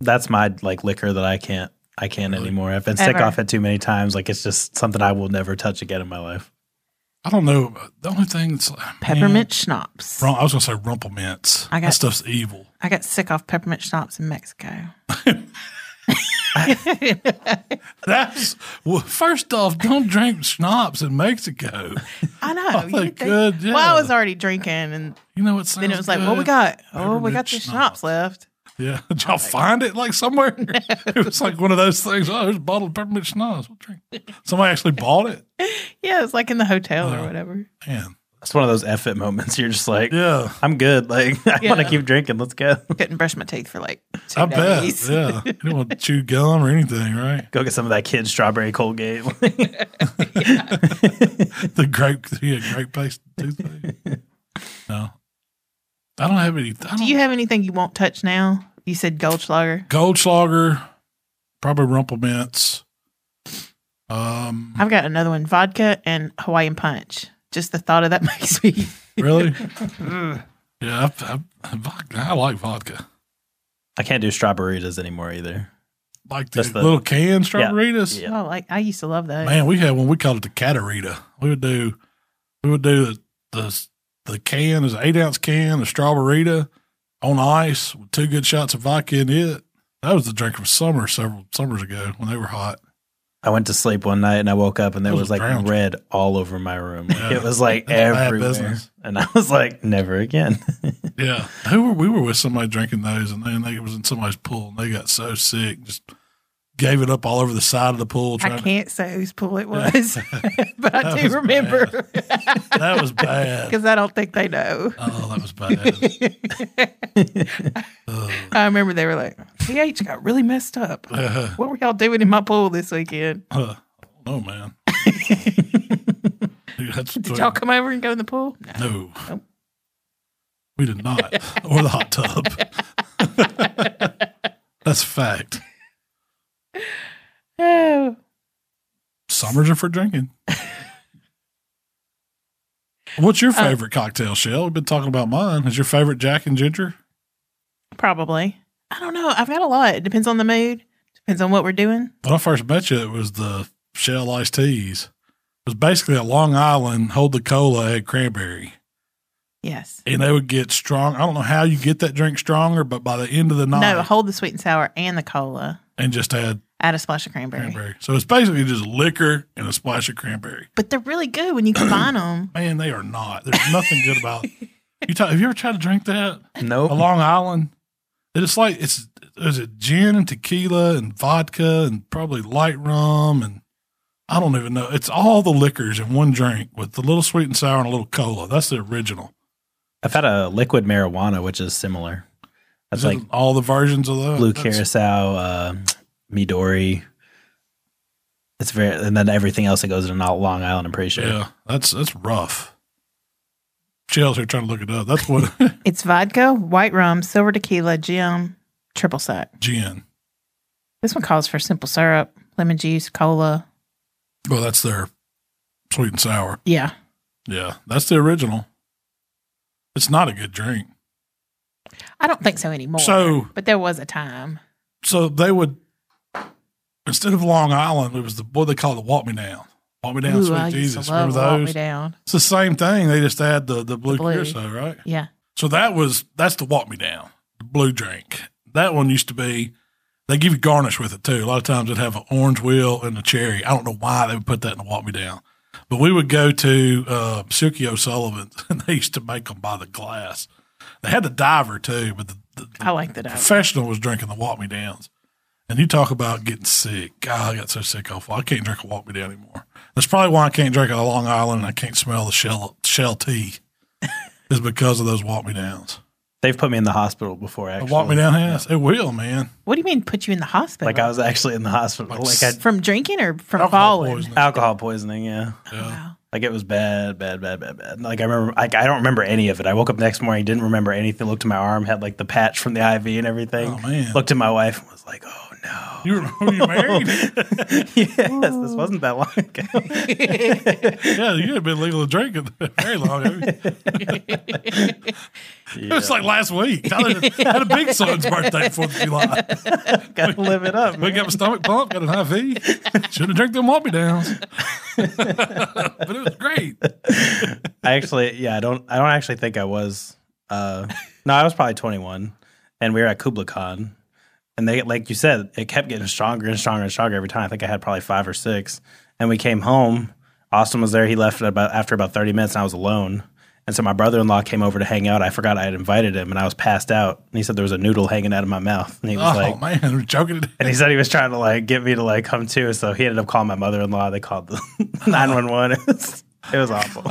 Speaker 4: That's my like liquor that I can't I can't anymore. I've been sick
Speaker 3: Ever.
Speaker 4: off it too many times. Like it's just something I will never touch again in my life.
Speaker 2: I don't know. The only thing that's ah, man,
Speaker 3: Peppermint schnapps.
Speaker 2: rum- I was gonna say rumple mints.
Speaker 3: I got-
Speaker 2: that stuff's evil.
Speaker 3: I got sick off peppermint schnapps in Mexico.
Speaker 2: That's well, first off, don't drink schnapps in Mexico.
Speaker 3: I know.
Speaker 2: Oh,
Speaker 3: you would think-
Speaker 2: good, yeah.
Speaker 3: Well, I was already drinking, and
Speaker 2: You know what?
Speaker 3: then it was like, "What we got? Oh, we
Speaker 2: Peppermint
Speaker 3: got the schnapps
Speaker 2: schnapps.
Speaker 3: left."
Speaker 2: Yeah, did y'all find it like somewhere? it was like one of those things. Oh, there's a bottle of peppermint schnapps. We'll drink. it. Somebody actually bought it.
Speaker 3: Yeah, it was like in the hotel or whatever.
Speaker 2: Man,
Speaker 4: It's one of those F it moments. You're just like,
Speaker 2: yeah,
Speaker 4: I'm good. Like I want to
Speaker 3: Yeah.
Speaker 4: keep drinking. Let's go.
Speaker 3: Couldn't brush my teeth for like two
Speaker 2: I bet.
Speaker 3: days.
Speaker 2: Yeah, you don't want to chew gum or anything, right?
Speaker 4: Go get some of that kid strawberry Colgate.
Speaker 2: the grape, yeah, grape paste toothpaste. I don't have any. I don't,
Speaker 3: Do you have anything you won't touch now? You said Goldschlager.
Speaker 2: Goldschlager, probably Rumpelmints. Um,
Speaker 3: I've got another one: vodka and Hawaiian punch. Just the thought of that makes me.
Speaker 2: really?
Speaker 3: Mm.
Speaker 2: yeah, I, I, vodka, I like vodka.
Speaker 4: I can't do strawberries anymore either.
Speaker 2: Like the,
Speaker 4: That's the-
Speaker 2: little canned strawberries.
Speaker 4: Yeah.
Speaker 3: Oh, like I used to love those.
Speaker 2: Man, we had one. We called it the Catarita. We would do, we would do the the, the can is an eight ounce can of strawberryita on ice with two good shots of vodka in it. That was the drink of summer several summers ago when they were hot.
Speaker 4: I went to sleep one night and I woke up and there
Speaker 2: Those are
Speaker 4: was like
Speaker 2: drowned.
Speaker 4: red all over my room. Like,
Speaker 2: Yeah.
Speaker 4: It was like
Speaker 2: That's bad
Speaker 4: everywhere.
Speaker 2: business.
Speaker 4: And I was like, never again.
Speaker 2: Yeah, who were we were with somebody drinking those, and then they was in somebody's pool, and they got so sick, just gave it up all over the side of the pool.
Speaker 3: I
Speaker 2: Trying to,
Speaker 3: can't say whose pool it was, but I
Speaker 2: That
Speaker 3: do
Speaker 2: was
Speaker 3: remember
Speaker 2: that was bad.
Speaker 3: because I don't think they know.
Speaker 2: Oh, that was bad. Ugh.
Speaker 3: I remember they were like, "TH got really messed up.
Speaker 2: Uh,
Speaker 3: What were y'all doing in my pool this weekend?
Speaker 2: uh, oh man, Dude, that's
Speaker 3: Did Oh. y'all come over and go in the pool?" No.
Speaker 2: No.
Speaker 3: Nope.
Speaker 2: We did not. or the hot tub. That's a fact.
Speaker 3: Oh,
Speaker 2: Summers are for drinking. What's your favorite cocktail, Shell? We've been talking about mine. Is your favorite Jack and Ginger?
Speaker 3: probably. I don't know. I've got a lot. It depends on the mood. Depends on what we're doing.
Speaker 2: When I first met you, it was the Shell iced teas. It was basically a Long Island hold the cola had cranberry.
Speaker 3: Yes.
Speaker 2: And they would get strong. I don't know how you get that drink stronger, but by the end of the night,
Speaker 3: No, hold the sweet and sour and the cola.
Speaker 2: and just add
Speaker 3: Add a splash of cranberry.
Speaker 2: cranberry. So it's basically just liquor and a splash of cranberry.
Speaker 3: But they're really good when you combine them.
Speaker 2: Man, they are not. There's nothing good about. You t- have you ever tried to drink that?
Speaker 4: nope.
Speaker 2: A Long Island. It's like it's there's a gin and tequila and vodka and probably light rum and I don't even know. It's all the liquors in one drink with the little sweet and sour and a little cola. That's the original.
Speaker 4: I've had a liquid marijuana, which is similar.
Speaker 2: Is
Speaker 4: That's
Speaker 2: it
Speaker 4: like
Speaker 2: all the versions of that.
Speaker 4: blue
Speaker 2: Oh, That's-
Speaker 4: curacao, uh, Midori. It's very, and then everything else that goes into Not- Long Island. I'm pretty sure.
Speaker 2: Yeah, that's that's rough. Shell's here trying to look it up. That's what
Speaker 3: It's vodka, white rum, silver tequila, gin, triple sec.
Speaker 2: gin.
Speaker 3: This one calls for simple syrup, lemon juice, cola.
Speaker 2: Well, that's their sweet and sour.
Speaker 3: Yeah.
Speaker 2: Yeah, that's the original. It's not a good drink.
Speaker 3: I don't think so anymore.
Speaker 2: So-
Speaker 3: but there was a time.
Speaker 2: So they would instead of Long Island, it was the what they call the Walk Me Down. Walk Me Down,
Speaker 3: Ooh, I
Speaker 2: sweet
Speaker 3: used
Speaker 2: Jesus.
Speaker 3: to love
Speaker 2: Remember
Speaker 3: Walk Me
Speaker 2: those?
Speaker 3: Down.
Speaker 2: It's the same thing. They just add the the blue,
Speaker 3: blue.
Speaker 2: curacao, right?
Speaker 3: Yeah.
Speaker 2: So that was that's the Walk Me Down, the blue drink. That one used to be. They give you garnish with it too. A lot of times it'd have an orange wheel and a cherry. I don't know why they would put that in the Walk Me Down, but we would go to uh, Silky O'Sullivan's and they used to make them by the glass. They had the diver too, but the, the,
Speaker 3: I like that. Diver.
Speaker 2: professional was drinking the walk me downs. And you talk about getting sick. God, I got so sick off. I can't drink a walk me down anymore. That's probably why I can't drink a Long Island and I can't smell the shell shell tea. is because of those walk me downs.
Speaker 4: They've put me in the hospital before.
Speaker 2: A
Speaker 4: Actually,
Speaker 2: Oh, walk me down has it will, man.
Speaker 3: What do you mean put you in the hospital?
Speaker 4: Like I was actually in the hospital.
Speaker 2: Like
Speaker 4: Like, I
Speaker 3: from drinking or from
Speaker 2: Alcohol
Speaker 3: falling?
Speaker 2: poisoning.
Speaker 4: alcohol poisoning. Yeah.
Speaker 3: Wow.
Speaker 4: Like it was bad, bad, bad, bad, bad. Like I remember, like I don't remember any of it. I woke up the next morning, didn't remember anything. Looked at my arm, had like the patch from the IV and everything.
Speaker 2: Oh, man.
Speaker 4: Looked at my wife and was like, "Oh no."
Speaker 2: You were, were you married?
Speaker 4: yes, this wasn't that long ago.
Speaker 2: yeah, you had been legal to drink it very long. It was like last week. Tyler had a big son's birthday Fourth of July.
Speaker 4: Gotta live it up.
Speaker 2: We got my stomach pump, got an IV. Should have drank them walk me downs. but it was great.
Speaker 4: I actually, yeah, I don't, I don't actually think I was. Uh, no, I was probably 21, and we were at Kubla Khan, and they, like you said, it kept getting stronger and stronger and stronger every time. I think I had probably five or six, and we came home. Austin was there. He left at about after about 30 minutes, and I was alone. And so my brother-in-law came over to hang out. I forgot I had invited him, and I was passed out. And he said there was a noodle hanging out of my mouth, and he was
Speaker 2: Oh
Speaker 4: like,
Speaker 2: man, I'm joking.
Speaker 4: And he said he was trying to like get me to like come too, so he ended up calling my mother in law. They called the nine one one. It was it was awful.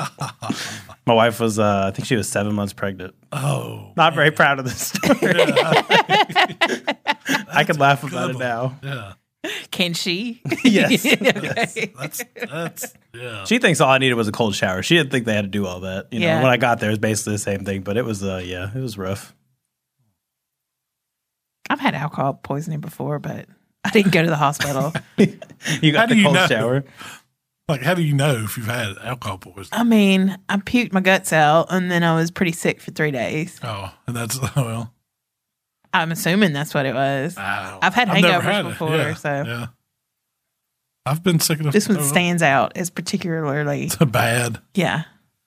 Speaker 4: my wife was uh, I think she was seven months pregnant.
Speaker 2: Oh,
Speaker 4: Not very proud of this story. I could laugh about
Speaker 2: good
Speaker 4: it
Speaker 2: one.
Speaker 4: now.
Speaker 2: yeah.
Speaker 3: Can she?
Speaker 4: Yes.
Speaker 3: Okay.
Speaker 2: That's that's yeah.
Speaker 4: She thinks all I needed was a cold shower. She didn't think they had to do all that. You know,
Speaker 3: Yeah.
Speaker 4: when I got there, it was basically the same thing. But it was, uh, yeah, it was rough.
Speaker 3: I've had alcohol poisoning before, but I didn't go to the hospital.
Speaker 4: You
Speaker 2: How
Speaker 4: got
Speaker 2: do
Speaker 4: the
Speaker 2: you
Speaker 4: cold
Speaker 2: know?
Speaker 4: shower.
Speaker 2: Like, how do you know if you've had alcohol poisoning?
Speaker 3: I mean, I puked my guts out and then I was pretty sick for three days.
Speaker 2: Oh, and that's well.
Speaker 3: I'm assuming that's what it was.
Speaker 2: I don't-
Speaker 3: I've had
Speaker 2: never
Speaker 3: hangovers
Speaker 2: it.
Speaker 3: before,
Speaker 2: Yeah,
Speaker 3: so
Speaker 2: yeah. I've been sick enough.
Speaker 3: this
Speaker 2: to
Speaker 3: one
Speaker 2: know
Speaker 3: stands out as particularly,
Speaker 2: It's a bad.
Speaker 3: yeah.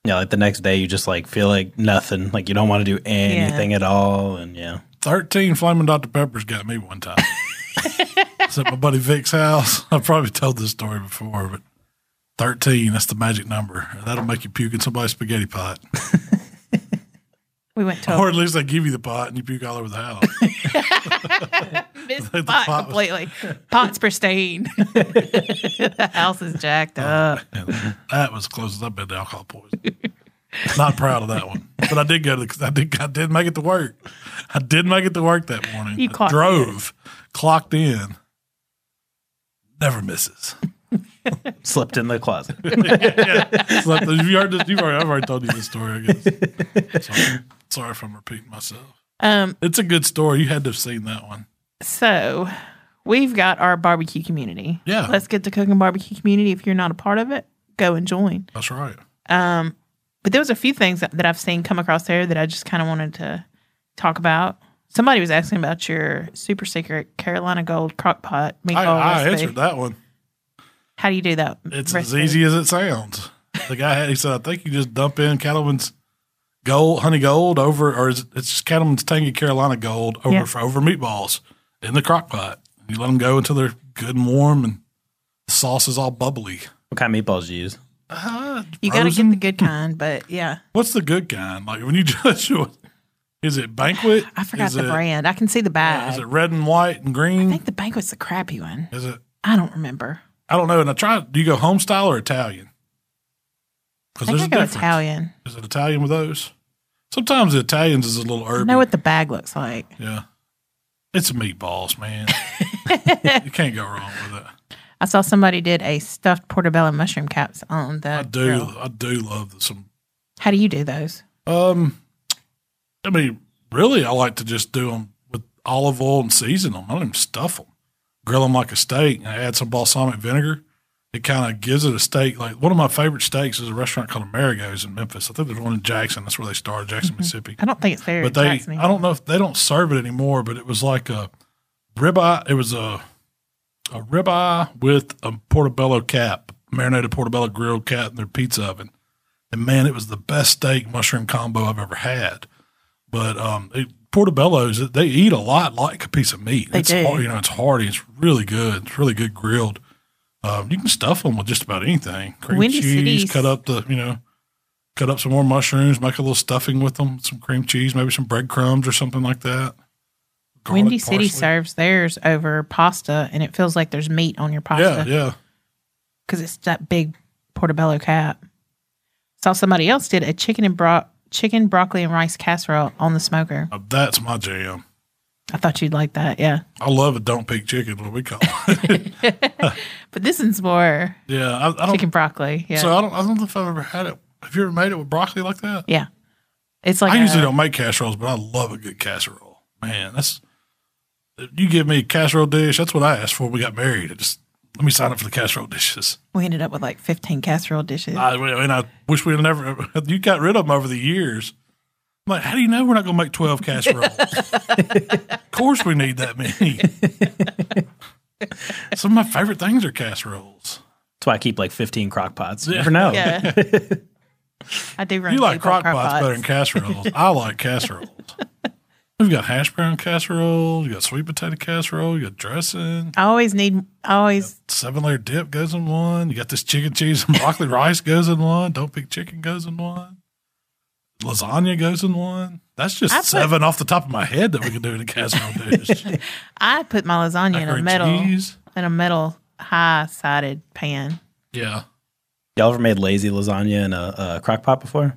Speaker 4: Yeah, like the next day, you just like feel like nothing. Like you don't want to do anything at all. And yeah,
Speaker 2: Thirteen Flaming Dr Peppers got me one time. It's at my buddy Vic's house. I've probably told this story before, but thirteen—that's the magic number. That'll make you puke in somebody's spaghetti pot,
Speaker 3: We went to
Speaker 2: or at least they give you the pot and you puke all over the house.
Speaker 3: missed
Speaker 2: the
Speaker 3: the
Speaker 2: pot
Speaker 3: pot
Speaker 2: was-
Speaker 3: completely. Pot's pristine. the house is
Speaker 2: Uh,
Speaker 3: jacked up.
Speaker 2: And that was the closest I've been to alcohol poisoning. Not proud of that one, but I did go to. The, I did. I did make it to work. I did make it to work that morning.
Speaker 3: You
Speaker 2: I
Speaker 3: clocked
Speaker 2: drove, clocked in. Never misses.
Speaker 4: slipped in the closet.
Speaker 2: It's like- you've heard this, you've already, I've already told you this story. I guess. Sorry, sorry if I'm repeating myself.
Speaker 3: Um,
Speaker 2: It's a good story. You had to have seen that one.
Speaker 3: so we've got our barbecue community.
Speaker 2: Yeah.
Speaker 3: Let's get to cooking barbecue community. If you're not a part of it, go and join.
Speaker 2: That's right.
Speaker 3: Um, but there was a few things that, that I've seen come across there that I just kind of wanted to talk about. Somebody was asking about your super secret Carolina Gold crock pot meatball
Speaker 2: I, I
Speaker 3: recipe.
Speaker 2: answered that one.
Speaker 3: How do you do that?
Speaker 2: It's
Speaker 3: recipe?
Speaker 2: as easy as it sounds. The guy had, he said, I think you just dump in Cattleman's gold, honey gold over, or is it, it's just Cattleman's tangy Carolina gold over
Speaker 3: Yeah.
Speaker 2: for over meatballs in the crock pot. You let them go until they're good and warm and the sauce is all bubbly.
Speaker 4: what kind of meatballs do you use?
Speaker 2: Uh,
Speaker 3: You got to
Speaker 2: frozen?
Speaker 3: get the good kind, but yeah.
Speaker 2: What's the good kind? Like when you judge what is it banquet?
Speaker 3: I forgot
Speaker 2: Is
Speaker 3: the
Speaker 2: it-
Speaker 3: brand. I can see the bag.
Speaker 2: Is it red and white and green?
Speaker 3: I think the banquet's the crappy one.
Speaker 2: is it?
Speaker 3: I don't remember.
Speaker 2: I don't know. And I tried. Do you go home style or Italian?
Speaker 3: I
Speaker 2: Because
Speaker 3: think
Speaker 2: there's
Speaker 3: I
Speaker 2: a
Speaker 3: go
Speaker 2: difference.
Speaker 3: Italian.
Speaker 2: Is it Italian with those? Sometimes the Italians is a little
Speaker 3: I
Speaker 2: herby.
Speaker 3: know what the bag looks like.
Speaker 2: yeah, it's meatballs, man. you can't go wrong with it.
Speaker 3: I saw somebody did a stuffed portobello mushroom caps on the.
Speaker 2: I do.
Speaker 3: grill.
Speaker 2: I do love some.
Speaker 3: How do you do those?
Speaker 2: Um, I mean, really, I like to just do them with olive oil and season them. I don't even stuff them. Grill them like a steak. And I add some balsamic vinegar. It kind of gives it a steak. Like one of my favorite steaks is a restaurant called Amerigo's in Memphis. I think there's one in Jackson. That's where they started, Jackson, Mississippi.
Speaker 3: I don't think it's there.
Speaker 2: But they, I don't know if they don't serve it anymore. But it was like a ribeye. It was a a ribeye with a portobello cap, marinated portobello grilled cap in their pizza oven. And man, it was the best steak mushroom combo I've ever had. But um, it, portobellos, they eat a lot like a piece of meat.
Speaker 3: They
Speaker 2: it's
Speaker 3: do.
Speaker 2: hard- you know, it's hearty. It's really good. It's really good grilled. Um, you can stuff them with just about anything. Cream
Speaker 3: Windy
Speaker 2: cheese,
Speaker 3: City's-
Speaker 2: cut up the, you know, cut up some more mushrooms, make a little stuffing with them, some cream cheese, maybe some breadcrumbs or something like that. Garlic,
Speaker 3: Windy City
Speaker 2: parsley.
Speaker 3: serves theirs over pasta, and it feels like there's meat on your
Speaker 2: Yeah,
Speaker 3: pasta
Speaker 2: yeah.
Speaker 3: because it's that big portobello cap. Saw somebody else did a chicken and bro- chicken broccoli and rice casserole on the smoker.
Speaker 2: Uh, That's my jam.
Speaker 3: I thought you'd like that. Yeah,
Speaker 2: I love a don't peak chicken, what we call it.
Speaker 3: but this one's more
Speaker 2: yeah, I, I don't.
Speaker 3: chicken broccoli. Yeah,
Speaker 2: So I don't. I don't know if I've ever had it. Have you ever made it with broccoli like that?
Speaker 3: yeah. It's like
Speaker 2: I
Speaker 3: a-
Speaker 2: usually don't make casseroles, but I love a good casserole. Man, that's if you give me a casserole dish. That's what I asked for. when We got married. I just let me sign up for the casserole dishes.
Speaker 3: We ended up with like 15 casserole dishes.
Speaker 2: I, and I wish we had never. You got rid of them over the years. I'm like, how do you know we're not going to make twelve casseroles? of course, we need that many. Some of my favorite things are casseroles.
Speaker 4: That's why I keep like 15 crock pots. You never know.
Speaker 3: yeah. I do run.
Speaker 2: You like
Speaker 3: people
Speaker 2: crock
Speaker 3: on
Speaker 2: pots, better than casseroles. I like casseroles. We've got hash brown casserole, you got sweet potato casserole, you got dressing,
Speaker 3: I always need, I always,
Speaker 2: seven layer dip goes in one, you got this chicken cheese and broccoli rice goes in one, don't pick chicken goes in one, lasagna goes in one. That's just
Speaker 3: I put-
Speaker 2: seven off the top of my head that we can do in a casserole dish.
Speaker 3: I put my lasagna in
Speaker 2: Macaroni
Speaker 3: a metal,
Speaker 2: cheese.
Speaker 3: in a metal high sided pan.
Speaker 2: Yeah.
Speaker 4: Y'all ever made lazy lasagna in a, a crock pot before?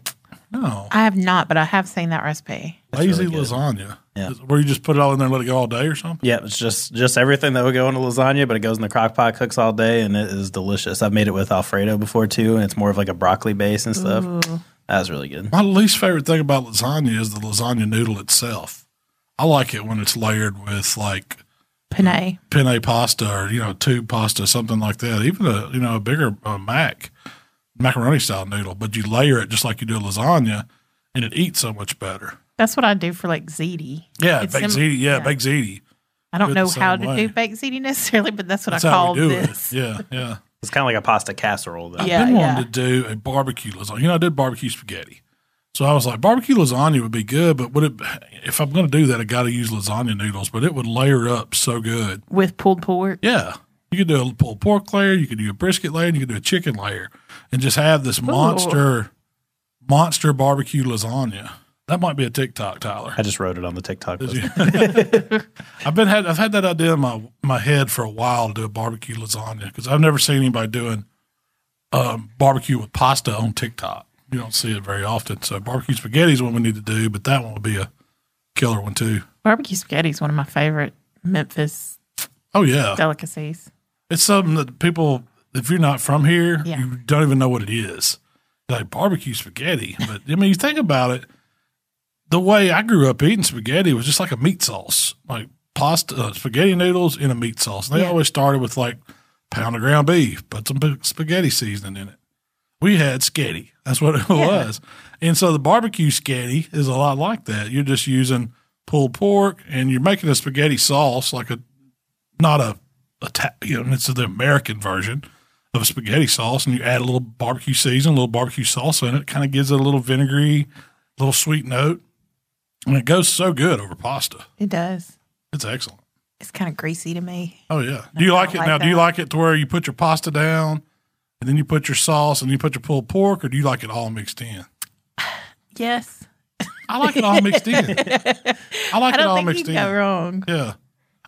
Speaker 2: No.
Speaker 3: I have not, but I have seen that recipe.
Speaker 2: Lazy
Speaker 4: really good.
Speaker 2: lasagna.
Speaker 4: Yeah.
Speaker 2: Is- Where you just put it all in there and let it go all day or something?
Speaker 4: Yeah, it's just just everything that would go into lasagna, but it goes in the crock pot, cooks all day, and it is delicious. I've made it with Alfredo before too, and it's more of like a broccoli base and stuff. That was really good.
Speaker 2: My least favorite thing about lasagna is the lasagna noodle itself. I like it when it's layered with like
Speaker 3: Panay.
Speaker 2: penne pasta or you know tube pasta, something like that. Even a you know a bigger uh, mac macaroni style noodle, but you layer it just like you do lasagna, and it eats so much better.
Speaker 3: That's what I do for like ziti.
Speaker 2: Yeah,
Speaker 3: It's
Speaker 2: baked
Speaker 3: sim-
Speaker 2: ziti. Yeah,
Speaker 3: yeah.
Speaker 2: baked ziti.
Speaker 3: I don't
Speaker 2: Do it
Speaker 3: know
Speaker 2: the
Speaker 3: how
Speaker 2: same
Speaker 3: to
Speaker 2: way.
Speaker 3: do baked ziti necessarily, but that's what
Speaker 2: That's
Speaker 3: I
Speaker 2: how
Speaker 3: called
Speaker 2: we do
Speaker 3: this.
Speaker 2: it. Yeah, yeah.
Speaker 4: It's kind of like a pasta casserole, though.
Speaker 3: Yeah.
Speaker 2: I've been wanting to do a barbecue lasagna. You know, I did barbecue spaghetti. So I was like, barbecue lasagna would be good, but would it? If I'm going to do that, I got to use lasagna noodles. But it would layer up so good.
Speaker 3: With pulled pork.
Speaker 2: Yeah, you could do a pulled pork layer, you could do a brisket layer, and you could do a chicken layer, and just have this monster, monster barbecue lasagna. That might be a TikTok, Tyler.
Speaker 4: I just wrote it on the TikTok. List.
Speaker 2: I've been had I've had that idea in my my head for a while to do a barbecue lasagna because I've never seen anybody doing um, barbecue with pasta on TikTok. You don't see it very often. So barbecue spaghetti is one we need to do, but that one would be a killer one too.
Speaker 3: Barbecue spaghetti is one of my favorite Memphis
Speaker 2: Oh yeah,
Speaker 3: delicacies.
Speaker 2: it's something that people if you're not from here,
Speaker 3: Yeah.
Speaker 2: you don't even know what it is. Like barbecue spaghetti, but I mean, you think about it. The way I grew up eating spaghetti was just like a meat sauce, like pasta, uh, spaghetti noodles in a meat sauce. They
Speaker 3: Yeah.
Speaker 2: always started with like pound of ground beef, put some big spaghetti seasoning in it. We had sketty. That's what it was. And so the barbecue sketty is a lot like that. You're just using pulled pork and you're making a spaghetti sauce, like a not a, a ta- you know, it's the American version of a spaghetti sauce, and you add a little barbecue season, a little barbecue sauce in it. Kind of gives it a little vinegary, little sweet note, and it goes so good over pasta.
Speaker 3: It does.
Speaker 2: It's excellent.
Speaker 3: It's kind of greasy to me.
Speaker 2: Oh yeah. Do you like it
Speaker 3: like
Speaker 2: now? Do you
Speaker 3: that.
Speaker 2: like it to where you put your pasta down, and then you put your sauce, and you put your pulled pork, or do you like it all mixed in?
Speaker 3: Yes.
Speaker 2: I like it all mixed in. I like
Speaker 3: I
Speaker 2: it
Speaker 3: don't
Speaker 2: all
Speaker 3: think you
Speaker 2: mixed
Speaker 3: can
Speaker 2: in.
Speaker 3: go wrong.
Speaker 2: Yeah.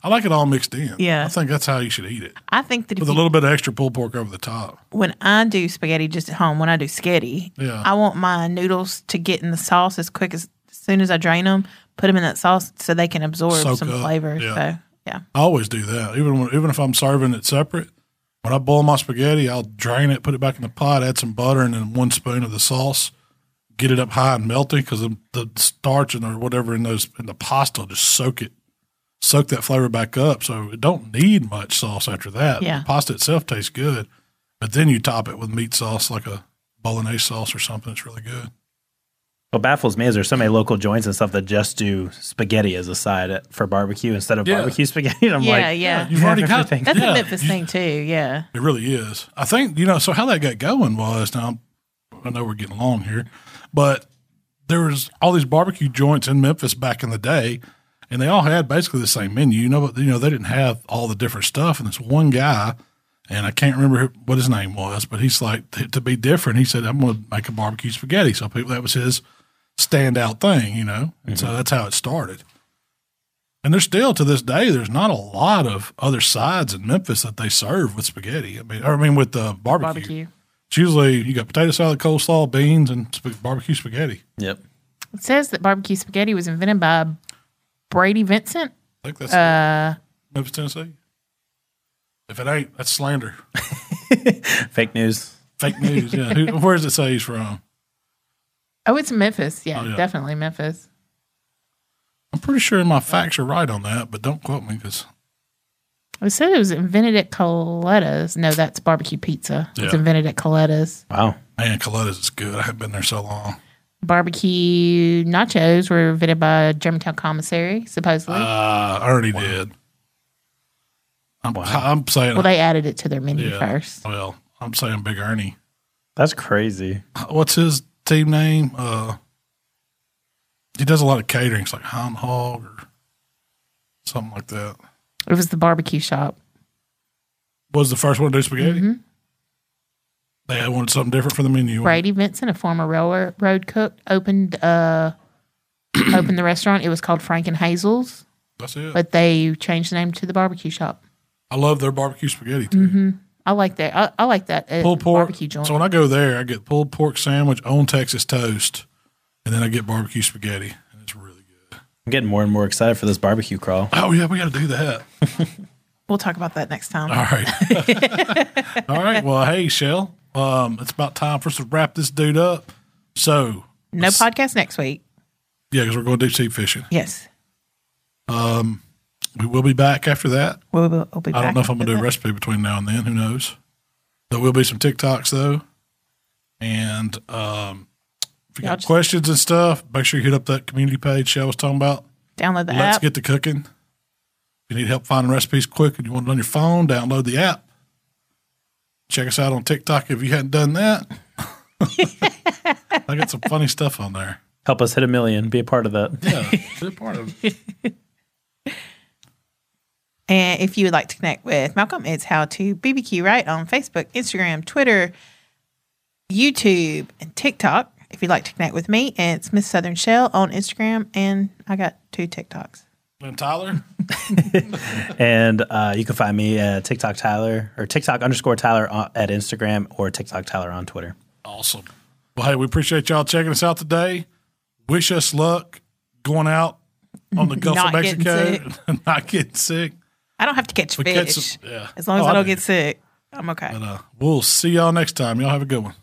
Speaker 2: I like it all mixed in.
Speaker 3: Yeah.
Speaker 2: I think that's how you should eat it.
Speaker 3: I think that if
Speaker 2: With a
Speaker 3: you-
Speaker 2: little bit of extra pulled pork over the top.
Speaker 3: when I do spaghetti just at home, when I do sketty,
Speaker 2: Yeah.
Speaker 3: I want my noodles to get in the sauce as quick as, as soon as I drain them, put them in that sauce so they can absorb
Speaker 2: Soak
Speaker 3: some
Speaker 2: up,
Speaker 3: flavor.
Speaker 2: yeah.
Speaker 3: So, yeah.
Speaker 2: I always do that. Even when, even if I'm serving it separate, when I boil my spaghetti, I'll drain it, put it back in the pot, add some butter and then one spoon of the sauce, get it up high and melting because the, the starch and or whatever in those in the pasta will just soak it, soak that flavor back up. So it don't need much sauce after that.
Speaker 3: Yeah.
Speaker 2: The pasta itself tastes good, but then you top it with meat sauce like a bolognese sauce or something. It's really good.
Speaker 4: What baffles me is there's so many local joints and stuff that just do spaghetti as a side at- for barbecue instead of
Speaker 2: Yeah.
Speaker 4: barbecue spaghetti. I'm
Speaker 3: yeah,
Speaker 4: like,
Speaker 3: yeah.
Speaker 2: You've already got
Speaker 4: Everything.
Speaker 3: That's
Speaker 2: yeah.
Speaker 3: a Memphis thing, too. Yeah.
Speaker 2: It really is. I think you know. So how that got going was now. I know we're getting long here, but there was all these barbecue joints in Memphis back in the day, and they all had basically the same menu. You know, but you know they didn't have all the different stuff. And this one guy, and I can't remember who- what his name was, but he's like t- to be different. He said, "I'm going to make a barbecue spaghetti." So people, that was his standout thing, you know. And so that's how it started. And there's still to this day, there's not a lot of other sides in Memphis that they serve with spaghetti. I mean, or I mean with the barbecue.
Speaker 3: Barbecue.
Speaker 2: It's usually you got potato salad, coleslaw, beans, and sp- barbecue spaghetti.
Speaker 4: yep.
Speaker 3: It says that barbecue spaghetti was invented by Brady Vincent.
Speaker 2: I think that's
Speaker 3: Uh,
Speaker 2: Memphis, Tennessee. If it ain't, that's slander,
Speaker 4: Fake news.
Speaker 2: fake news. yeah, Who, where does it say he's from?
Speaker 3: Oh, it's Memphis. Yeah,
Speaker 2: Oh, yeah.
Speaker 3: definitely Memphis.
Speaker 2: I'm pretty sure my facts are right on that, but don't quote me because
Speaker 3: It said it was invented at Coletta's. No, that's barbecue pizza. It's
Speaker 2: Yeah.
Speaker 3: invented at Coletta's.
Speaker 4: Wow.
Speaker 2: man, Coletta's is good. I haven't been there so long.
Speaker 3: Barbecue nachos were invented by Germantown Commissary, supposedly.
Speaker 2: Uh, I already did. I'm, I'm saying,
Speaker 3: well, they added it to their menu
Speaker 2: Yeah.
Speaker 3: first.
Speaker 2: well, I'm saying Big Ernie.
Speaker 4: That's crazy.
Speaker 2: what's his team name? Uh, he does a lot of catering. It's like Hound Hog or something like that.
Speaker 3: It was the barbecue shop.
Speaker 2: Was the first one to do spaghetti?
Speaker 3: Mm-hmm.
Speaker 2: They had wanted something different for the menu.
Speaker 3: Brady Vincent, a former railroad cook, opened uh opened the restaurant. It was called Frank and Hazel's,
Speaker 2: That's it.
Speaker 3: but they changed the name to the barbecue shop.
Speaker 2: I love their barbecue spaghetti too.
Speaker 3: I like that. I, I like that. uh,
Speaker 2: Pulled pork.
Speaker 3: Mm-hmm. barbecue joint.
Speaker 2: So when I go there, I get pulled pork sandwich on Texas toast, and then I get barbecue spaghetti, and it's really good.
Speaker 4: I'm getting more and more excited for this barbecue crawl.
Speaker 2: Oh yeah, we got to do that.
Speaker 3: We'll talk about that next time.
Speaker 2: All right. All right. Well, hey, Shell. Um, it's about time for us to wrap this dude up. So
Speaker 3: no podcast next week.
Speaker 2: yeah, because we're going deep sea fishing.
Speaker 3: Yes.
Speaker 2: We will be back after that.
Speaker 3: We'll, we'll, we'll be
Speaker 2: I don't
Speaker 3: back
Speaker 2: know if I'm gonna
Speaker 3: after
Speaker 2: do a
Speaker 3: that.
Speaker 2: recipe between now and then. Who knows? There will be some TikToks though, and um, if you
Speaker 3: Y'all
Speaker 2: got
Speaker 3: just-
Speaker 2: questions and stuff, make sure you hit up that community page Shell was talking about.
Speaker 3: Download the
Speaker 2: Let's
Speaker 3: app.
Speaker 2: get to cooking. If you need help finding recipes quick and you want it on your phone, download the app. Check us out on TikTok if you hadn't done that. I got some funny stuff on there.
Speaker 4: Help us hit a million. Be a part of that.
Speaker 2: Yeah, good part of it.
Speaker 3: And if you would like to connect with Malcolm, it's how to BBQ right on Facebook, Instagram, Twitter, YouTube, and TikTok. If you'd like to connect with me, it's Miss Southern Shell on Instagram, and I got two TikToks.
Speaker 2: And Tyler,
Speaker 4: and uh, you can find me at TikTok Tyler or TikTok underscore Tyler on, at Instagram or TikTok Tyler on Twitter.
Speaker 2: awesome. Well, hey, we appreciate y'all checking us out today. Wish us luck going out on the Gulf of
Speaker 3: Not getting
Speaker 2: Mexico, not getting sick.
Speaker 3: I don't have to catch
Speaker 2: We
Speaker 3: fish
Speaker 2: catch some- yeah.
Speaker 3: as long as
Speaker 2: Oh,
Speaker 3: I
Speaker 2: I
Speaker 3: don't
Speaker 2: do.
Speaker 3: get sick. I'm okay.
Speaker 2: But, uh, we'll see y'all next time. Y'all have a good one.